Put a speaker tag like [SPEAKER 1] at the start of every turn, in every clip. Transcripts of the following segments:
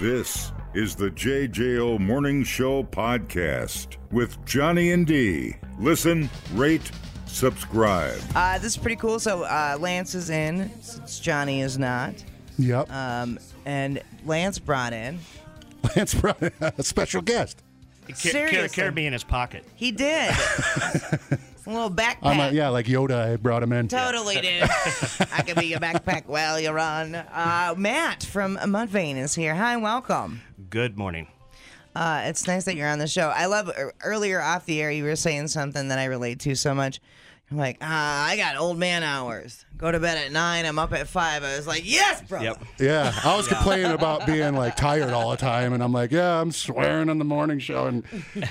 [SPEAKER 1] This is the JJO Morning Show podcast with Johnny and D. Listen, rate, subscribe.
[SPEAKER 2] Uh, this is pretty cool. So uh, Lance is in, since Johnny is not.
[SPEAKER 3] Yep.
[SPEAKER 2] Um, and Lance brought in.
[SPEAKER 3] Lance brought in a special guest.
[SPEAKER 2] Seriously.
[SPEAKER 4] Carry Caribbean in his pocket.
[SPEAKER 2] He did. It's a little backpack.
[SPEAKER 3] I'm a, yeah, like Yoda, I brought him in.
[SPEAKER 2] Totally, dude. I could be your backpack while you're on. Uh, Matt from Mudvayne is here. Hi, welcome.
[SPEAKER 4] Good morning.
[SPEAKER 2] Uh, it's nice that you're on the show. I love er, earlier off the air, you were saying something that I relate to so much. You're like, ah, I got old man hours. Go to bed at nine. I'm up at five. I was like, yes, bro.
[SPEAKER 4] Yep.
[SPEAKER 3] Yeah, I was complaining about being like tired all the time, and I'm like, yeah, I'm swearing on the morning show, and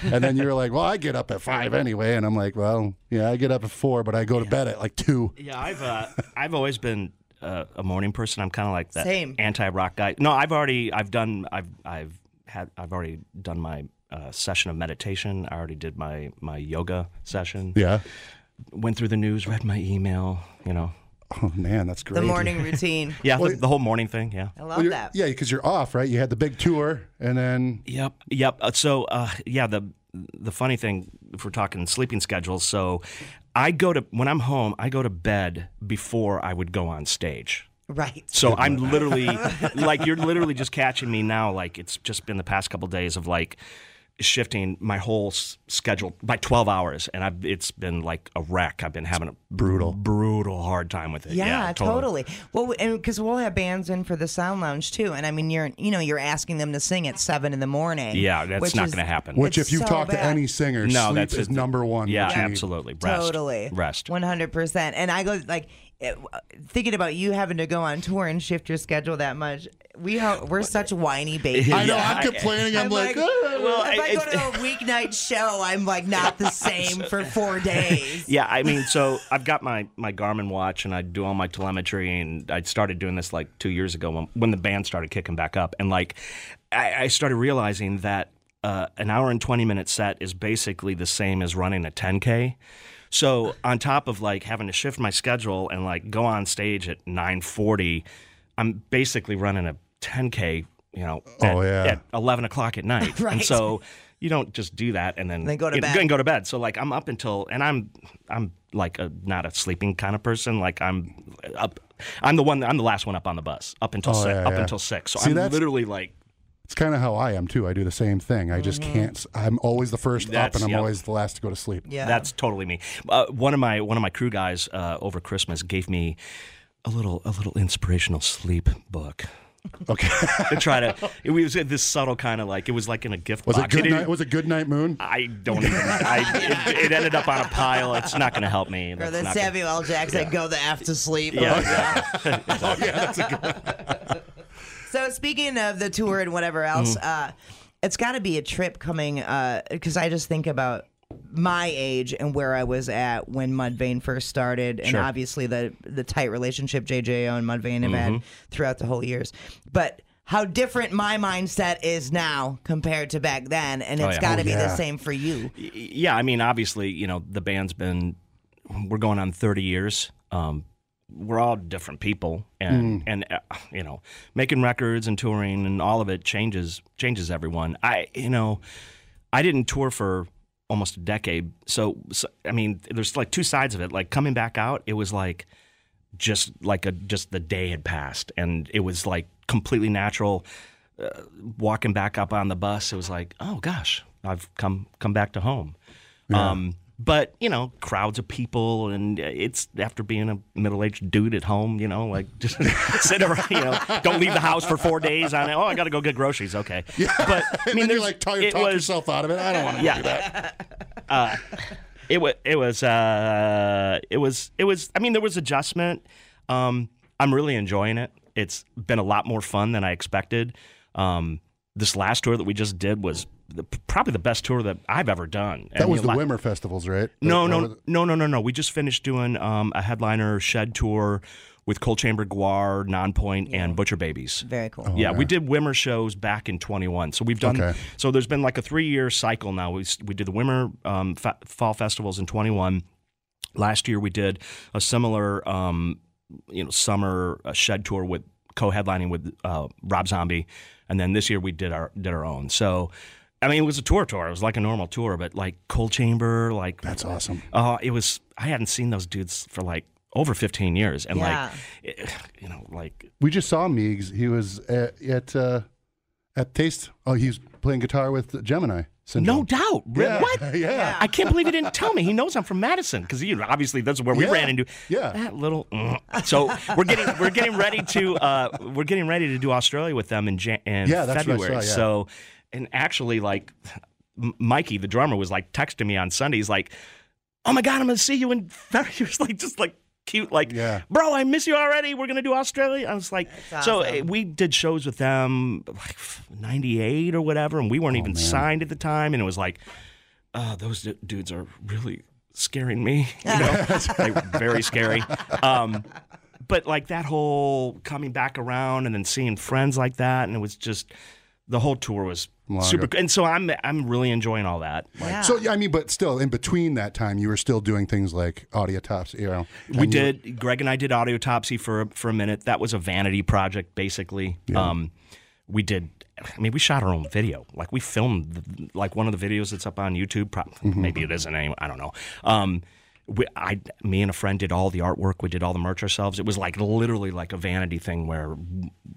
[SPEAKER 3] and then you're like, well, I get up at five anyway, and I'm like, well, yeah, I get up at four, but I go to bed at like two.
[SPEAKER 4] Yeah, I've uh, I've always been uh, a morning person. I'm kind of like that
[SPEAKER 2] Same.
[SPEAKER 4] anti-rock guy. No, I've already I've done I've I've had I've already done my uh, session of meditation. I already did my my yoga session.
[SPEAKER 3] Yeah.
[SPEAKER 4] Went through the news, read my email. You know.
[SPEAKER 3] Oh man, that's great.
[SPEAKER 2] The morning routine.
[SPEAKER 4] Yeah, the, the whole morning thing. Yeah.
[SPEAKER 2] I love
[SPEAKER 3] Well, you're-
[SPEAKER 2] that.
[SPEAKER 3] Yeah, because you're off, right? You had the big tour, and then
[SPEAKER 4] Yep. Yep. Uh, So, uh, yeah, the the funny thing, if we're talking sleeping schedules, so I go to when I'm home, I go to bed before I would go on stage.
[SPEAKER 2] Right.
[SPEAKER 4] So I'm literally like you're literally just catching me now. Like it's just been the past couple days of like shifting my whole s- schedule by 12 hours, and I've it's been like a wreck. I've been having a brutal, brutal hard time with it.
[SPEAKER 2] Yeah, totally. Well, and because we'll have bands in for the Sound Lounge too, and I mean, you're you know you're asking them to sing at seven in the morning.
[SPEAKER 4] Yeah, that's
[SPEAKER 2] which
[SPEAKER 4] not
[SPEAKER 2] is-
[SPEAKER 4] going to happen.
[SPEAKER 3] which
[SPEAKER 2] It's
[SPEAKER 3] if you've
[SPEAKER 2] so
[SPEAKER 3] talked to
[SPEAKER 2] bad.
[SPEAKER 3] any singer,
[SPEAKER 4] No,
[SPEAKER 3] sleep
[SPEAKER 4] that's
[SPEAKER 3] is
[SPEAKER 4] just-
[SPEAKER 3] number one.
[SPEAKER 4] yeah,
[SPEAKER 3] what you need.
[SPEAKER 4] absolutely. Rest.
[SPEAKER 2] Totally.
[SPEAKER 4] Rest.
[SPEAKER 2] One hundred percent. And I go like it- thinking about you having to go on tour and shift your schedule that much. We ho- we're such whiny babies.
[SPEAKER 3] I know.
[SPEAKER 4] Yeah,
[SPEAKER 3] I'm
[SPEAKER 4] I-
[SPEAKER 3] complaining. I'm, like, "Ah."
[SPEAKER 4] well,
[SPEAKER 2] if I,
[SPEAKER 4] I-
[SPEAKER 2] go to a weeknight show, I'm like not the same for four days.
[SPEAKER 4] Yeah, I mean, so I've got my, my Garmin watch and I do all my telemetry, and I started doing this like two years ago when, when the band started kicking back up. And like, I, I started realizing that uh, an hour and 20 minute set is basically the same as running a 10K. So on top of like having to shift my schedule and like go on stage at 940, I'm basically running a 10K, you know, at,
[SPEAKER 3] Oh, yeah.
[SPEAKER 4] at 11 o'clock at night.
[SPEAKER 2] Right.
[SPEAKER 4] And so you don't just do that and then
[SPEAKER 2] Then go to
[SPEAKER 4] you
[SPEAKER 2] bed.
[SPEAKER 4] and go to bed. So like I'm up until and I'm I'm like a not a sleeping kind of person. Like I'm up. I'm the one. I'm the last one up on the bus up until
[SPEAKER 3] Oh,
[SPEAKER 4] six,
[SPEAKER 3] yeah,
[SPEAKER 4] up
[SPEAKER 3] yeah.
[SPEAKER 4] until six. So
[SPEAKER 3] See,
[SPEAKER 4] I'm
[SPEAKER 3] that's-
[SPEAKER 4] literally like
[SPEAKER 3] it's kind of how I am too. I do the same thing. I just can't. s- I'm always the first up,
[SPEAKER 4] Mm-hmm. That's-
[SPEAKER 3] and I'm
[SPEAKER 4] yep.
[SPEAKER 3] always the last to go to sleep.
[SPEAKER 2] Yeah.
[SPEAKER 4] That's totally me. Uh, one of my one of my crew guys uh, over Christmas gave me a little a little inspirational sleep book.
[SPEAKER 3] Okay.
[SPEAKER 4] To try to, it was uh, this subtle kind of like it was like in a gift
[SPEAKER 3] Was it
[SPEAKER 4] box. It
[SPEAKER 3] good
[SPEAKER 4] didn't-
[SPEAKER 3] night? Was it good night moon?
[SPEAKER 4] I don't even. I, it, it ended up on a pile. It's not going to help me.
[SPEAKER 2] Or
[SPEAKER 4] That's
[SPEAKER 2] the
[SPEAKER 4] not gonna-
[SPEAKER 2] Samuel L. Jackson go the F to sleep.
[SPEAKER 3] Oh,
[SPEAKER 4] Yeah, yeah.
[SPEAKER 2] So speaking of the tour and whatever else,
[SPEAKER 3] Mm.
[SPEAKER 2] uh, it's got to be a trip coming because I just think about my age and where I was at when Mudvayne first started, and
[SPEAKER 4] Sure.
[SPEAKER 2] obviously the the tight relationship JJO and Mudvayne have
[SPEAKER 3] Mm-hmm.
[SPEAKER 2] had throughout the whole years, but. How different my mindset is now compared to back then, and it's
[SPEAKER 4] yeah.
[SPEAKER 2] got to
[SPEAKER 3] Oh,
[SPEAKER 2] be the
[SPEAKER 3] yeah.
[SPEAKER 2] same for you.
[SPEAKER 4] yeah, I mean, obviously, you know, the band's been we're going on 30 years. Um, we're all different people, and and uh, you know, making records and touring and all of it changes changes everyone. I you know, I didn't tour for almost a decade, so, so I mean, there's like two sides of it. Like coming back out, it was like just like a just the day had passed, and it was like completely natural Uh, walking back up on the bus, it was like, oh gosh, I've come come back to home. Um, but you know, crowds of people, and it's after being a middle aged dude at home, you know, like just sit around, you know, don't leave the house for four days. On it. Oh, I got to go get groceries. Okay, but I
[SPEAKER 3] and
[SPEAKER 4] mean,
[SPEAKER 3] then
[SPEAKER 4] there's
[SPEAKER 3] you're like, tell you
[SPEAKER 4] it
[SPEAKER 3] talk
[SPEAKER 4] was
[SPEAKER 3] yourself out of it. I don't want to.
[SPEAKER 4] yeah. Uh, it was it was uh, it was it was. I mean, there was adjustment. Um, I'm really enjoying it. It's been a lot more fun than I expected. Um, this last tour that we just did was the, probably the best tour that I've ever done.
[SPEAKER 3] That was the Wimmer festivals, right?
[SPEAKER 4] No,
[SPEAKER 3] Or-
[SPEAKER 4] no,
[SPEAKER 3] or the-
[SPEAKER 4] no, no, no, no. We just finished doing um, a headliner shed tour with Cold Chamber Guar, Nonpoint, and Butcher Babies.
[SPEAKER 2] Very cool.
[SPEAKER 3] Oh,
[SPEAKER 4] Yeah, we did Wimmer shows back in 21. So we've done.
[SPEAKER 3] Okay.
[SPEAKER 4] So there's been like a three year cycle now. We s- we did the Wimmer um, fa- Fall Festivals in 21. Last year we did a similar, um, you know, summer uh, shed tour with co-headlining with uh, Rob Zombie, And then this year we did our did our own. So, I mean, it was a tour tour. It was like a normal tour, but like Cold Chamber, like
[SPEAKER 3] That's awesome.
[SPEAKER 4] uh, it was I hadn't seen those dudes for like over 15 years, and
[SPEAKER 2] Yeah.
[SPEAKER 4] like it- you know, like
[SPEAKER 3] We just saw Meigs. He was at at, uh, at Taste. Oh, he's playing guitar with Gemini. Syndrome.
[SPEAKER 4] no doubt. Re-
[SPEAKER 3] Yeah.
[SPEAKER 4] What?
[SPEAKER 3] Yeah. Yeah.
[SPEAKER 4] I can't believe he didn't tell me. He knows I'm from Madison because you know, obviously that's where we
[SPEAKER 3] Yeah.
[SPEAKER 4] ran into
[SPEAKER 3] Yeah.
[SPEAKER 4] that little. mm. So we're getting we're getting ready to uh, we're getting ready to do Australia with them in Jan- in
[SPEAKER 3] Yeah, that's what I
[SPEAKER 4] February.
[SPEAKER 3] saw, yeah.
[SPEAKER 4] So and actually like M- Mikey the drummer was like texting me on Sundays like, oh my god I'm gonna see you in February. He was like just like cute like
[SPEAKER 3] Yeah.
[SPEAKER 4] bro I miss you already. We're gonna do Australia. I was like so
[SPEAKER 2] awesome.
[SPEAKER 4] uh, we did shows with them like 98 or whatever and we
[SPEAKER 3] Oh,
[SPEAKER 4] weren't even signed at the time and it was like oh, those d- dudes are really scaring me. You know, like, very scary. Um, but like that whole coming back around and then seeing friends like that, and it was just the whole tour was
[SPEAKER 3] Longer.
[SPEAKER 4] super. And so I'm I'm really enjoying all that. Like,
[SPEAKER 2] Yeah.
[SPEAKER 3] So yeah, I mean, but still, in between that time, you were still doing things like audiotops. You know,
[SPEAKER 4] we did. Greg and I did Audiotopsy for for a minute. That was a vanity project, basically. Um, we did. I mean, we shot our own video. Like we filmed the, like one of the videos that's up on YouTube. Pro- Maybe it isn't anyway. I don't know. Um, we, I, me and a friend did all the artwork. We did all the merch ourselves. It was like literally like a vanity thing where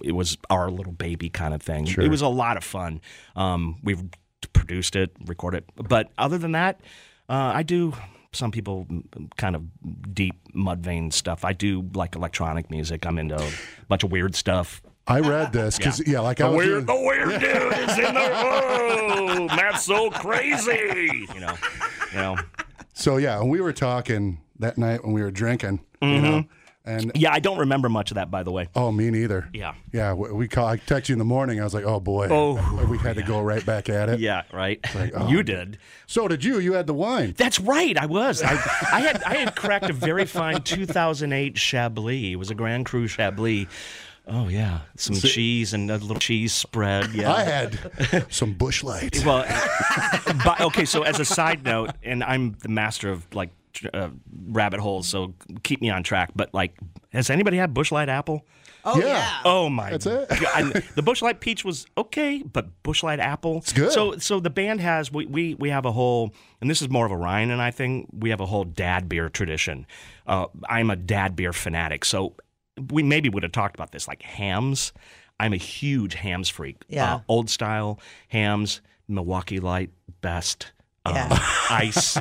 [SPEAKER 4] it was our little baby kind of thing. It was a lot of fun. Um, we produced it, recorded it. But other than that, uh, I do some people mm, kind of deep mud vein stuff. I do like electronic music. I'm into a bunch of weird stuff.
[SPEAKER 3] I read this because yeah. like I
[SPEAKER 4] The
[SPEAKER 3] was
[SPEAKER 4] weird,
[SPEAKER 3] doing-
[SPEAKER 4] the weird dude is in the room. That's so crazy. You know, you know.
[SPEAKER 3] so yeah, when we were talking that night when we were drinking, you
[SPEAKER 4] Mm-hmm.
[SPEAKER 3] know, and
[SPEAKER 4] Yeah, I don't remember much of that, by the way.
[SPEAKER 3] oh, me neither.
[SPEAKER 4] Yeah.
[SPEAKER 3] yeah. We, we call. I text you in the morning. I was like, oh boy,
[SPEAKER 4] Oh,
[SPEAKER 3] we had to go right back at it.
[SPEAKER 4] Yeah, right. you did.
[SPEAKER 3] So did you? You had the wine.
[SPEAKER 4] That's right. I was. I, I had I had cracked a very fine 2008 Chablis. It was a Grand Cru Chablis. Oh yeah, some cheese and a little cheese spread. Yeah,
[SPEAKER 3] I had some bush light.
[SPEAKER 4] Well, but, okay. So as a side note, and I'm the master of like tr- uh, rabbit holes, so keep me on track. But like, has anybody had Bushlight Apple?
[SPEAKER 2] Oh
[SPEAKER 3] Yeah.
[SPEAKER 2] yeah.
[SPEAKER 4] Oh my!
[SPEAKER 3] That's it.
[SPEAKER 4] God. I- the Bushlight Peach was okay, but Bushlight Apple. It's
[SPEAKER 3] good.
[SPEAKER 4] So, so the band has we, we we have a whole, and this is more of a Ryan and I thing. We have a whole dad beer tradition. Uh, I'm a dad beer fanatic, so we maybe would have talked about this, like hams. I'm a huge hams freak.
[SPEAKER 2] Yeah.
[SPEAKER 4] Uh, old style hams, Milwaukee Light, best. Um,
[SPEAKER 2] Yeah.
[SPEAKER 4] Ice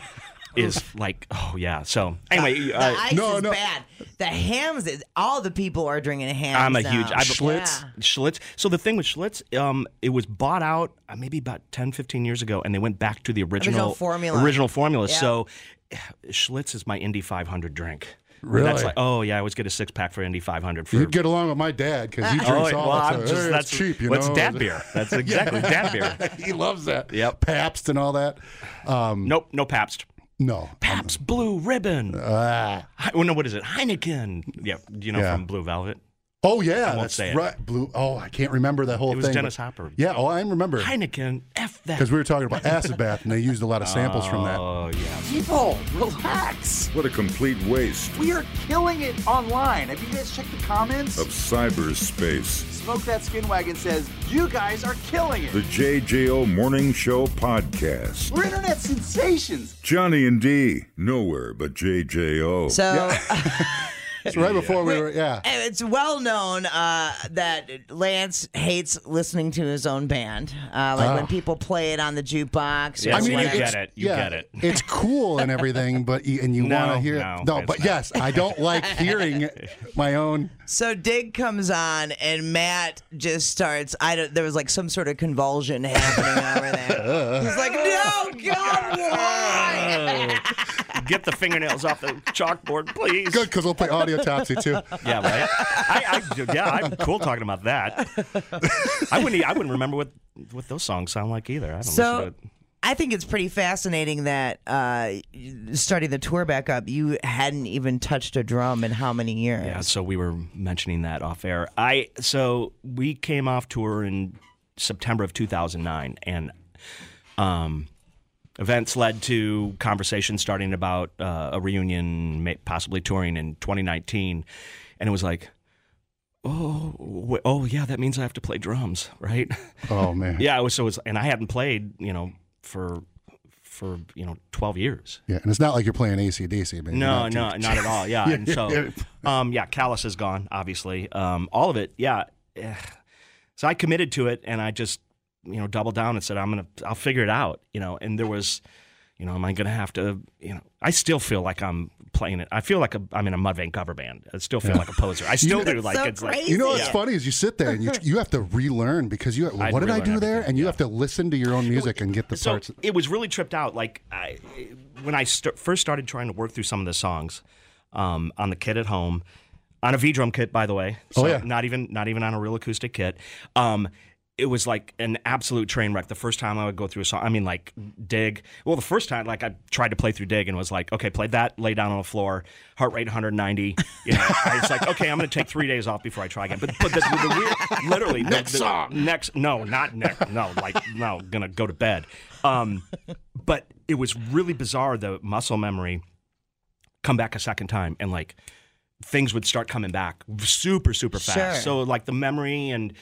[SPEAKER 4] is like, oh yeah. So anyway,
[SPEAKER 2] The
[SPEAKER 4] uh,
[SPEAKER 2] ice
[SPEAKER 3] no,
[SPEAKER 2] is
[SPEAKER 3] no.
[SPEAKER 2] bad. The hams is all the people are drinking hams.
[SPEAKER 4] I'm a
[SPEAKER 2] now.
[SPEAKER 4] huge I,
[SPEAKER 3] Schlitz?
[SPEAKER 2] Yeah.
[SPEAKER 4] Schlitz. So the thing with Schlitz, um, it was bought out uh, maybe about 10, 15 years ago, and they went back to the original,
[SPEAKER 2] Original formula.
[SPEAKER 4] Original formula.
[SPEAKER 2] Yeah.
[SPEAKER 4] So Schlitz is my Indy 500 drink.
[SPEAKER 3] Really?
[SPEAKER 4] That's like, oh yeah, I always get a six pack for Indy 500 for.
[SPEAKER 3] You'd get along with my dad because he
[SPEAKER 4] Oh,
[SPEAKER 3] drinks
[SPEAKER 4] well,
[SPEAKER 3] all the
[SPEAKER 4] I'm
[SPEAKER 3] time.
[SPEAKER 4] just,
[SPEAKER 3] Hey,
[SPEAKER 4] that's
[SPEAKER 3] it's cheap, you
[SPEAKER 4] What's
[SPEAKER 3] know.
[SPEAKER 4] dad beer? That's exactly dad beer.
[SPEAKER 3] he loves that.
[SPEAKER 4] Yep.
[SPEAKER 3] Pabst and all that. Um,
[SPEAKER 4] Nope, no Pabst.
[SPEAKER 3] no.
[SPEAKER 4] Pabst Blue Ribbon.
[SPEAKER 3] Mm. Ah.
[SPEAKER 4] Hi- oh, no, what is it? Heineken. Yeah, you know
[SPEAKER 3] Yeah.
[SPEAKER 4] from Blue Velvet.
[SPEAKER 3] Oh yeah, that's
[SPEAKER 4] say it.
[SPEAKER 3] right. Blue. Oh, I can't remember that whole
[SPEAKER 4] It
[SPEAKER 3] thing.
[SPEAKER 4] was
[SPEAKER 3] but-
[SPEAKER 4] Dennis Hopper.
[SPEAKER 3] Yeah. Oh, I remember
[SPEAKER 4] Heineken. F that.
[SPEAKER 3] because we were talking about acid bath, and they used a lot of samples from that.
[SPEAKER 4] Oh yeah.
[SPEAKER 5] People, relax.
[SPEAKER 1] What a complete waste
[SPEAKER 5] We are killing it online. Have you guys checked the comments?
[SPEAKER 1] of cyberspace.
[SPEAKER 5] Smoke That Skin Wagon says, You guys are killing
[SPEAKER 1] The
[SPEAKER 5] it.
[SPEAKER 1] JJO Morning Show Podcast.
[SPEAKER 5] We're internet sensations.
[SPEAKER 1] Johnny and D, nowhere but JJO.
[SPEAKER 2] So
[SPEAKER 3] It's right before we were. Yeah.
[SPEAKER 2] and it's well known uh, that Lance hates listening to his own band. Uh, like when people play it on the jukebox.
[SPEAKER 4] Yeah,
[SPEAKER 2] or
[SPEAKER 4] Ah. I mean,
[SPEAKER 2] whatever.
[SPEAKER 4] get
[SPEAKER 3] it's-
[SPEAKER 4] it, you
[SPEAKER 3] yeah,
[SPEAKER 4] get it.
[SPEAKER 3] It's cool and everything, but you, and you
[SPEAKER 4] No,
[SPEAKER 3] want to hear
[SPEAKER 4] no, it's
[SPEAKER 3] but
[SPEAKER 4] not.
[SPEAKER 3] yes, I don't like hearing my own.
[SPEAKER 2] So Dig comes on and Matt just starts. I don't. There was like some sort of convulsion happening over there. He's like, "No, God, why?"
[SPEAKER 4] Get the fingernails off the chalkboard, please.
[SPEAKER 3] Good because we'll play audiotopsy too.
[SPEAKER 4] Yeah, right. I, I, yeah, I'm cool talking about that. I wouldn't. e- I wouldn't remember what what those songs sound like either. I don't listen
[SPEAKER 2] So
[SPEAKER 4] to it.
[SPEAKER 2] I think it's pretty fascinating that uh, starting the tour back up, you hadn't even touched a drum in how many years?
[SPEAKER 4] Yeah, so we were mentioning that off air. I so we came off tour in September of 2009, and um, events led to conversations starting about uh, a reunion, ma- possibly touring in 2019, and it was like, oh, wh- oh yeah, that means I have to play drums, right?
[SPEAKER 3] Oh man.
[SPEAKER 4] yeah, it was, so it was, and I hadn't played, you know, for for you know twelve years.
[SPEAKER 3] Yeah, and it's not like you're playing ACDC, man.
[SPEAKER 4] No, no, not at all. Yeah, and
[SPEAKER 3] yeah.
[SPEAKER 4] so, um, yeah, Callus is gone, obviously. Um, all of it, yeah. Eh. So I committed to it, and I just, you know, doubled down and said, I'm gonna, I'll figure it out, you know. And there was, you know, am I gonna have to, you know, I still feel like I'm playing it. I feel like a, I'm in a Mudvayne cover band. I still feel like a poser. I still do. Like
[SPEAKER 2] so
[SPEAKER 4] it's like,
[SPEAKER 2] crazy.
[SPEAKER 3] You know what's funny is you sit there and you you have to relearn because you what did I
[SPEAKER 4] relearn
[SPEAKER 3] do there?
[SPEAKER 4] everything,
[SPEAKER 3] And you have to listen to your own music and get the
[SPEAKER 4] so
[SPEAKER 3] parts.
[SPEAKER 4] it was really tripped out. Like I, when I st- first started trying to work through some of the songs um, on the kit at home, on a V drum kit, by the way. So
[SPEAKER 3] Oh, yeah.
[SPEAKER 4] Not even not even on a real acoustic kit. Um, it was like an absolute train wreck. The first time I would go through a song, I mean, like Dig. Well, the first time, like I tried to play through Dig and was like, okay, play that, lay down on the floor, heart rate 190. You know, I was like, okay, I'm going to take three days off before I try again. But, but the, the weird, literally, the-
[SPEAKER 3] Next
[SPEAKER 4] the-
[SPEAKER 3] song.
[SPEAKER 4] next no not next no like no gonna go to bed um but it was really bizarre the muscle memory come back a second time and like things would start coming back super super fast
[SPEAKER 2] Sure.
[SPEAKER 4] so like the memory and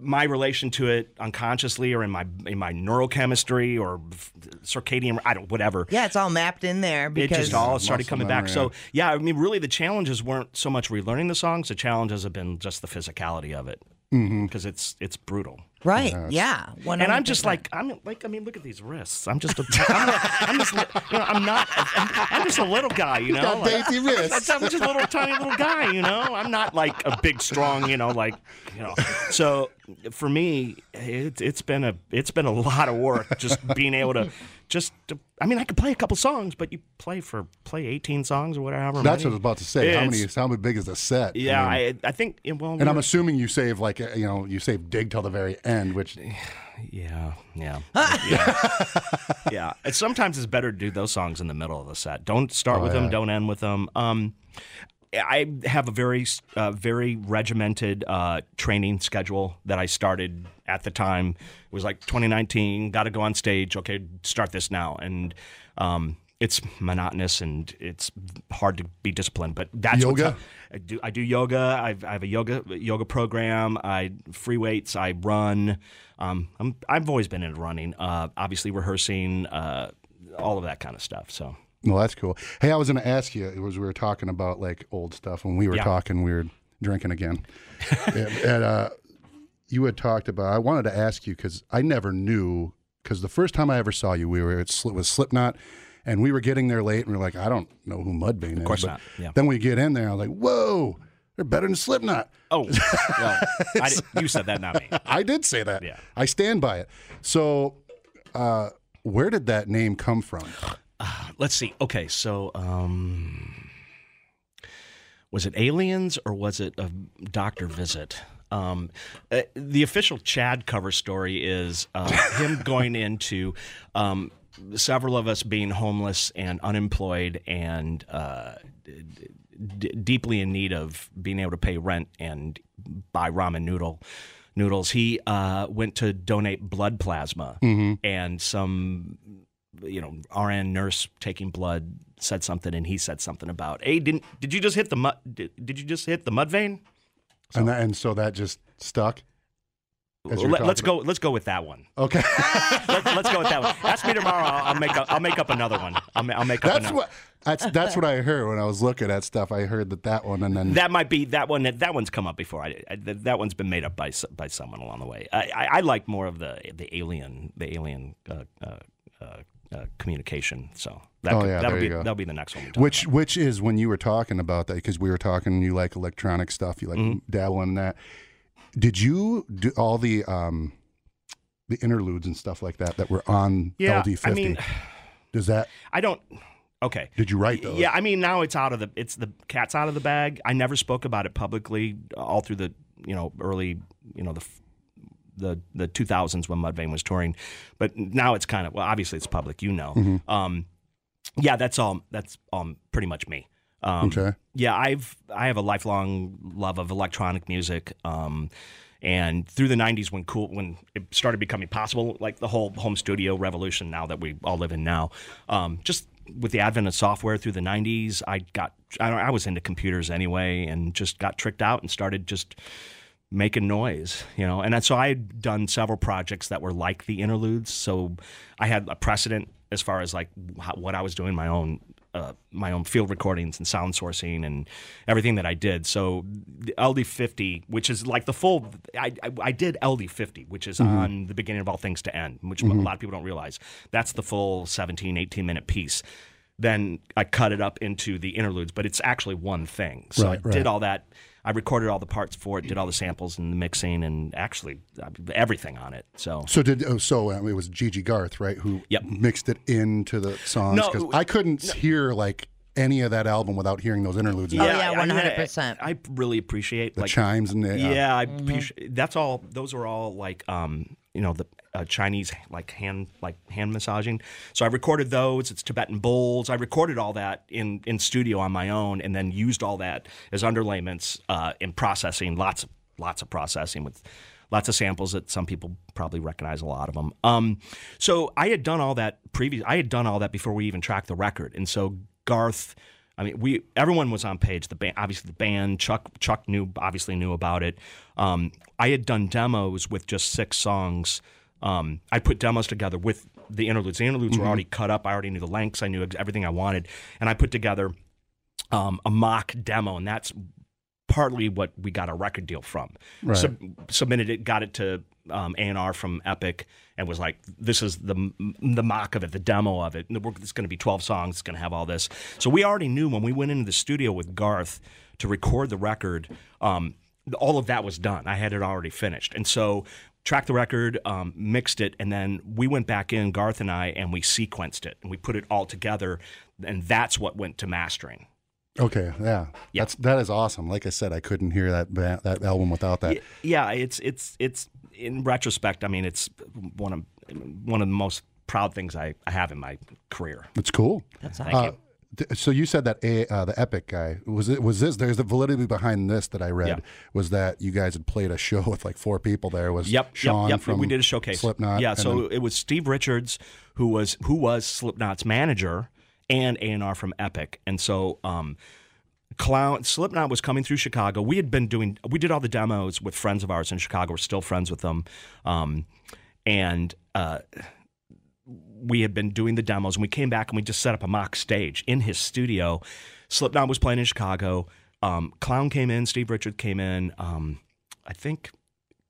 [SPEAKER 4] my relation to it unconsciously or in my in my neurochemistry or f- circadian i don't whatever
[SPEAKER 2] Yeah, it's all mapped in there
[SPEAKER 4] it
[SPEAKER 2] because
[SPEAKER 4] just all started coming back.
[SPEAKER 3] memory,
[SPEAKER 4] So yeah, I mean, really, the challenges weren't so much relearning the songs. The challenges have been just the physicality of it, because it's it's brutal.
[SPEAKER 2] right, yeah.
[SPEAKER 4] And I'm just like I'm like I mean look at these wrists. I'm just a I'm, a, I'm just li- you know, I'm not I'm, I'm just a little guy, you know.
[SPEAKER 3] Got
[SPEAKER 4] Like,
[SPEAKER 3] dainty wrists.
[SPEAKER 4] I'm just a little tiny little guy, you know. I'm not like a big strong, you know, like you know. So for me, it, it's been a it's been a lot of work just being able to just to, I mean I could play a couple songs, but you play for play 18 songs or whatever.
[SPEAKER 3] That's what I
[SPEAKER 4] many.
[SPEAKER 3] was about to say. How many?
[SPEAKER 4] It's-
[SPEAKER 3] How big is the set? I
[SPEAKER 4] Yeah,
[SPEAKER 3] mean,
[SPEAKER 4] I I think yeah, well.
[SPEAKER 3] and
[SPEAKER 4] we
[SPEAKER 3] I'm
[SPEAKER 4] were-
[SPEAKER 3] assuming you save like uh, you know you save dig till the very end, which
[SPEAKER 4] Yeah, yeah, yeah. yeah. And sometimes it's better to do those songs in the middle of the set. Don't start with them. Don't end with them. Um, I have a very, uh, very regimented uh, training schedule that I started at the time. It was like 2019. Got to go on stage. Okay, start this now. And um, it's monotonous and it's hard to be disciplined. But that's what's
[SPEAKER 3] Yoga?
[SPEAKER 4] I do I do yoga. I've, I have a yoga yoga program. I free weights. I run. Um, I'm I've always been into running. Uh, obviously rehearsing, uh, all of that kind of stuff. So
[SPEAKER 3] Well, that's cool. Hey, I was going to ask you. It was we were talking about like old stuff when we were
[SPEAKER 4] Yeah.
[SPEAKER 3] talking. We were drinking again, and, and, uh, you had talked about. I wanted to ask you because I never knew. Because the first time I ever saw you, we were at Sli- was Slipknot, and we were getting there late, and we were like, I don't know who Mudvayne is. Of
[SPEAKER 4] course not, yeah.
[SPEAKER 3] Then we get in there, I was like, Whoa, they're better than Slipknot.
[SPEAKER 4] oh, well, I did, you said that, not me.
[SPEAKER 3] I did say that.
[SPEAKER 4] Yeah.
[SPEAKER 3] I stand by it. So, uh, where did that name come from?
[SPEAKER 4] Let's see. Okay, so um, was it aliens or was it a doctor visit? Um, uh, the official Chad cover story is uh, him going into um, several of us being homeless and unemployed and uh, d- deeply in need of being able to pay rent and buy ramen noodle noodles. He uh, went to donate blood plasma, and some you know RN nurse taking blood said something, and he said something about, "Hey, didn't did you just hit the mud? Did, did you just hit the mud vein?"
[SPEAKER 3] And that, and so that just stuck. As you were
[SPEAKER 4] Let, us
[SPEAKER 3] talking
[SPEAKER 4] go. Let's go with that one.
[SPEAKER 3] Okay.
[SPEAKER 4] Let, let's go with that one. Ask me tomorrow. I'll, I'll make. Up, I'll make up another one. I'll, ma- I'll make up
[SPEAKER 3] That's
[SPEAKER 4] another.
[SPEAKER 3] what that's that's what I heard when I was looking at stuff. I heard that that one, and then
[SPEAKER 4] That might be that one. That one's come up before. I, I, that that one's been made up by s- by someone along the way. I, I, I like more of the the alien the alien uh, uh, uh, uh, communication. So that
[SPEAKER 3] Oh,
[SPEAKER 4] could-
[SPEAKER 3] yeah,
[SPEAKER 4] that'll
[SPEAKER 3] there
[SPEAKER 4] be
[SPEAKER 3] you go.
[SPEAKER 4] that'll be the next one. we talk
[SPEAKER 3] which which is when you were talking about that because we were talking. You like electronic stuff. You like
[SPEAKER 4] Mm-hmm.
[SPEAKER 3] dabbling in that. Did you do all the um the interludes and stuff like that that were on
[SPEAKER 4] Yeah,
[SPEAKER 3] LD
[SPEAKER 4] I
[SPEAKER 3] fifty?
[SPEAKER 4] mean-
[SPEAKER 3] Does that
[SPEAKER 4] about. I don't. Okay.
[SPEAKER 3] did you write those?
[SPEAKER 4] Yeah, I mean now it's out of the it's the cat's out of the bag. I never spoke about it publicly all through the you know early you know the f- the the 2000s when Mudvayne was touring, but now it's kind of well obviously it's public you know.
[SPEAKER 3] Mm-hmm.
[SPEAKER 4] Um, yeah, that's all that's um pretty much me. Um,
[SPEAKER 3] Okay.
[SPEAKER 4] yeah, I've I have a lifelong love of electronic music. Um, and through the '90s, when cool, when it started becoming possible, like the whole home studio revolution now that we all live in now, um, just with the advent of software through the 90s, I got I, don't- I was into computers anyway and just got tricked out and started just making noise, you know. And that's- so I had done several projects that were like the interludes, so I had a precedent as far as like how, what I was doing my own uh, my own field recordings and sound sourcing and everything that I did. So the LD50, which is like the full, I, I, I did LD50, which is
[SPEAKER 3] Mm-hmm.
[SPEAKER 4] on the beginning of all things to end, which a lot of people don't realize. That's the full 17, 18 minute piece. Then I cut it up into the interludes, but it's actually one thing. So
[SPEAKER 3] Right,
[SPEAKER 4] I did
[SPEAKER 3] right.
[SPEAKER 4] all that. I recorded all the parts for it, did all the samples and the mixing, and actually uh, everything on it. So
[SPEAKER 3] So did oh, so um, it was Gigi Garth, right? Who
[SPEAKER 4] Yep.
[SPEAKER 3] mixed it into the songs
[SPEAKER 4] No,
[SPEAKER 3] because
[SPEAKER 4] it-
[SPEAKER 3] I couldn't hear like any of that album without hearing those interludes, and
[SPEAKER 2] Yeah.
[SPEAKER 3] the
[SPEAKER 4] I- I-
[SPEAKER 2] 100%.
[SPEAKER 4] I, really appreciate like
[SPEAKER 3] chimes, and the, uh,
[SPEAKER 4] Yeah, I appreciate that's all. Those are all like um, you know the uh, Chinese like hand like hand massaging. So I recorded those. It's Tibetan bowls. I recorded all that in in studio on my own, and then used all that as underlayments uh, in processing. Lots of lots of processing with. Lots of samples that some people probably recognize a lot of them. Um, so I had done all that previous. I had done all that before we even tracked the record, and so Garth I mean, we everyone was on page. The band, obviously, the band. Chuck Chuck knew obviously knew about it. Um, I had done demos with just six songs. Um, I put demos together with the interludes. The interludes were already cut up. I already knew the lengths. I knew ex- everything I wanted, and I put together um, a mock demo, and that's partly what we got our record deal from. Sub- submitted it, got it to um, A&R from Epic, and was like, "This is the the mock of it, the demo of it. And we're- It's going to be 12 songs. It's going to have all this." So we already knew when we went into the studio with Garth to record the record. Um, all of that was done. I had it already finished, and so tracked the record, um, mixed it, and then we went back in Garth and I, and we sequenced it, and we put it all together, and that's what went to mastering.
[SPEAKER 3] Okay, yeah, that's that is awesome. Like I said, I couldn't hear that ba- that album without that.
[SPEAKER 4] Y- yeah, it's it's it's in retrospect. I mean, it's one of one of the most proud things I, I have in my career.
[SPEAKER 3] It's cool.
[SPEAKER 4] Thank
[SPEAKER 3] Uh, th- so you said that a, uh, the epic guy was it was this there's the validity behind this that I read
[SPEAKER 4] Yeah.
[SPEAKER 3] was that you guys had played a show with like four people there It was
[SPEAKER 4] you. Yep,
[SPEAKER 3] Sean
[SPEAKER 4] yep, yep.
[SPEAKER 3] from
[SPEAKER 4] we did a showcase.
[SPEAKER 3] Slipknot
[SPEAKER 4] Yeah,
[SPEAKER 3] and
[SPEAKER 4] so
[SPEAKER 3] then-
[SPEAKER 4] it was Steve Richards who was who was Slipknot's manager and A and R from Epic, and so. Um, Clown Slipknot was coming through Chicago. We had been doing we did all the demos with friends of ours in Chicago. We're still friends with them, um, and uh, we had been doing the demos and we came back and we just set up a mock stage in his studio. Slipknot was playing in Chicago. Um, Clown came in, Steve Richard came in. Um, I think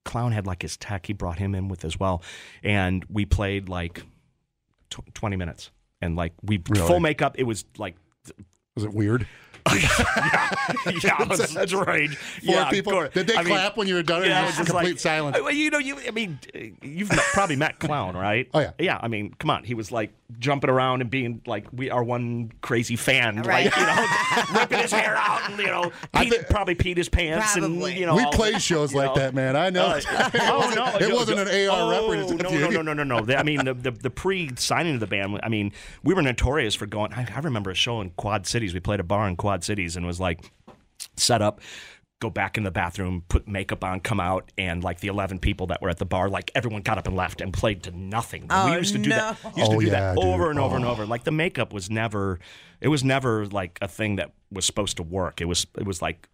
[SPEAKER 4] Clown had like his tech, he brought him in with as well. And we played like tw- 20 minutes and like we full makeup. It was like,
[SPEAKER 3] was it weird
[SPEAKER 4] yeah, it was strange.
[SPEAKER 3] four
[SPEAKER 4] yeah, of
[SPEAKER 3] people
[SPEAKER 4] course.
[SPEAKER 3] did they
[SPEAKER 4] I mean,
[SPEAKER 3] clap when you were done or
[SPEAKER 4] yeah,
[SPEAKER 3] was
[SPEAKER 4] it's
[SPEAKER 3] it
[SPEAKER 4] just
[SPEAKER 3] complete
[SPEAKER 4] like-
[SPEAKER 3] silence
[SPEAKER 4] I- Well, you know, you. I mean, uh, you've met, probably met Clown, right?
[SPEAKER 3] Oh, yeah.
[SPEAKER 4] Yeah. I mean, come on. He was like jumping around and being like, "We are one crazy fan,"
[SPEAKER 2] Right.
[SPEAKER 4] like you know, ripping his hair out and you know, peed,
[SPEAKER 3] think-
[SPEAKER 4] probably peed his pants
[SPEAKER 2] Probably.
[SPEAKER 4] and you know.
[SPEAKER 3] we
[SPEAKER 4] all
[SPEAKER 3] played
[SPEAKER 4] that,
[SPEAKER 3] shows
[SPEAKER 4] you
[SPEAKER 3] like
[SPEAKER 4] know.
[SPEAKER 3] that man I know
[SPEAKER 4] Uh, oh no!
[SPEAKER 3] it wasn't an AR
[SPEAKER 4] oh,
[SPEAKER 3] representative.
[SPEAKER 4] No, no, no, no, no, no. The- I mean, the, the, the pre-signing of the band. I mean, we were notorious for going. I, I remember a show in Quad Cities. We played a bar in Quad Cities, and it was like set up, go back in the bathroom, put makeup on, come out, and like the eleven people that were at the bar, like everyone got up and left and played to nothing.
[SPEAKER 2] Oh,
[SPEAKER 4] we used to do that.
[SPEAKER 2] no.
[SPEAKER 4] Used
[SPEAKER 3] Oh,
[SPEAKER 4] to do
[SPEAKER 3] yeah,
[SPEAKER 4] that
[SPEAKER 3] dude.
[SPEAKER 4] over and over and
[SPEAKER 3] Oh.
[SPEAKER 4] over. Like the makeup was never. It was never like a thing that was supposed to work. It was. It was like.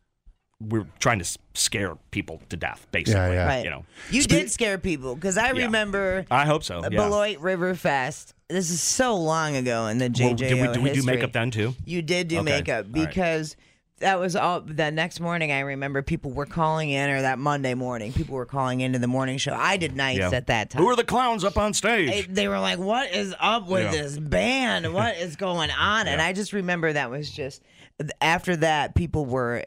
[SPEAKER 4] We were trying to s- scare people to death, basically.
[SPEAKER 3] yeah.
[SPEAKER 2] Right.
[SPEAKER 4] You know,
[SPEAKER 2] You did scare people because I
[SPEAKER 4] Yeah.
[SPEAKER 2] remember
[SPEAKER 4] I hope so.
[SPEAKER 2] uh,
[SPEAKER 4] yeah.
[SPEAKER 2] Beloit River Fest. This is so long ago in the JJO
[SPEAKER 4] Well, did we, did we do
[SPEAKER 2] history.
[SPEAKER 4] makeup then too?
[SPEAKER 2] You did do
[SPEAKER 4] Okay.
[SPEAKER 2] makeup
[SPEAKER 4] All right.
[SPEAKER 2] because that was all. The next morning, I remember people were calling in, or that Monday morning, people were calling into the morning show. I did nights at that time.
[SPEAKER 4] Who are the clowns up on stage?
[SPEAKER 2] They- they were like, "What is up with
[SPEAKER 4] Yeah.
[SPEAKER 2] this band? What is going on?" And I just remember that was just after that, people were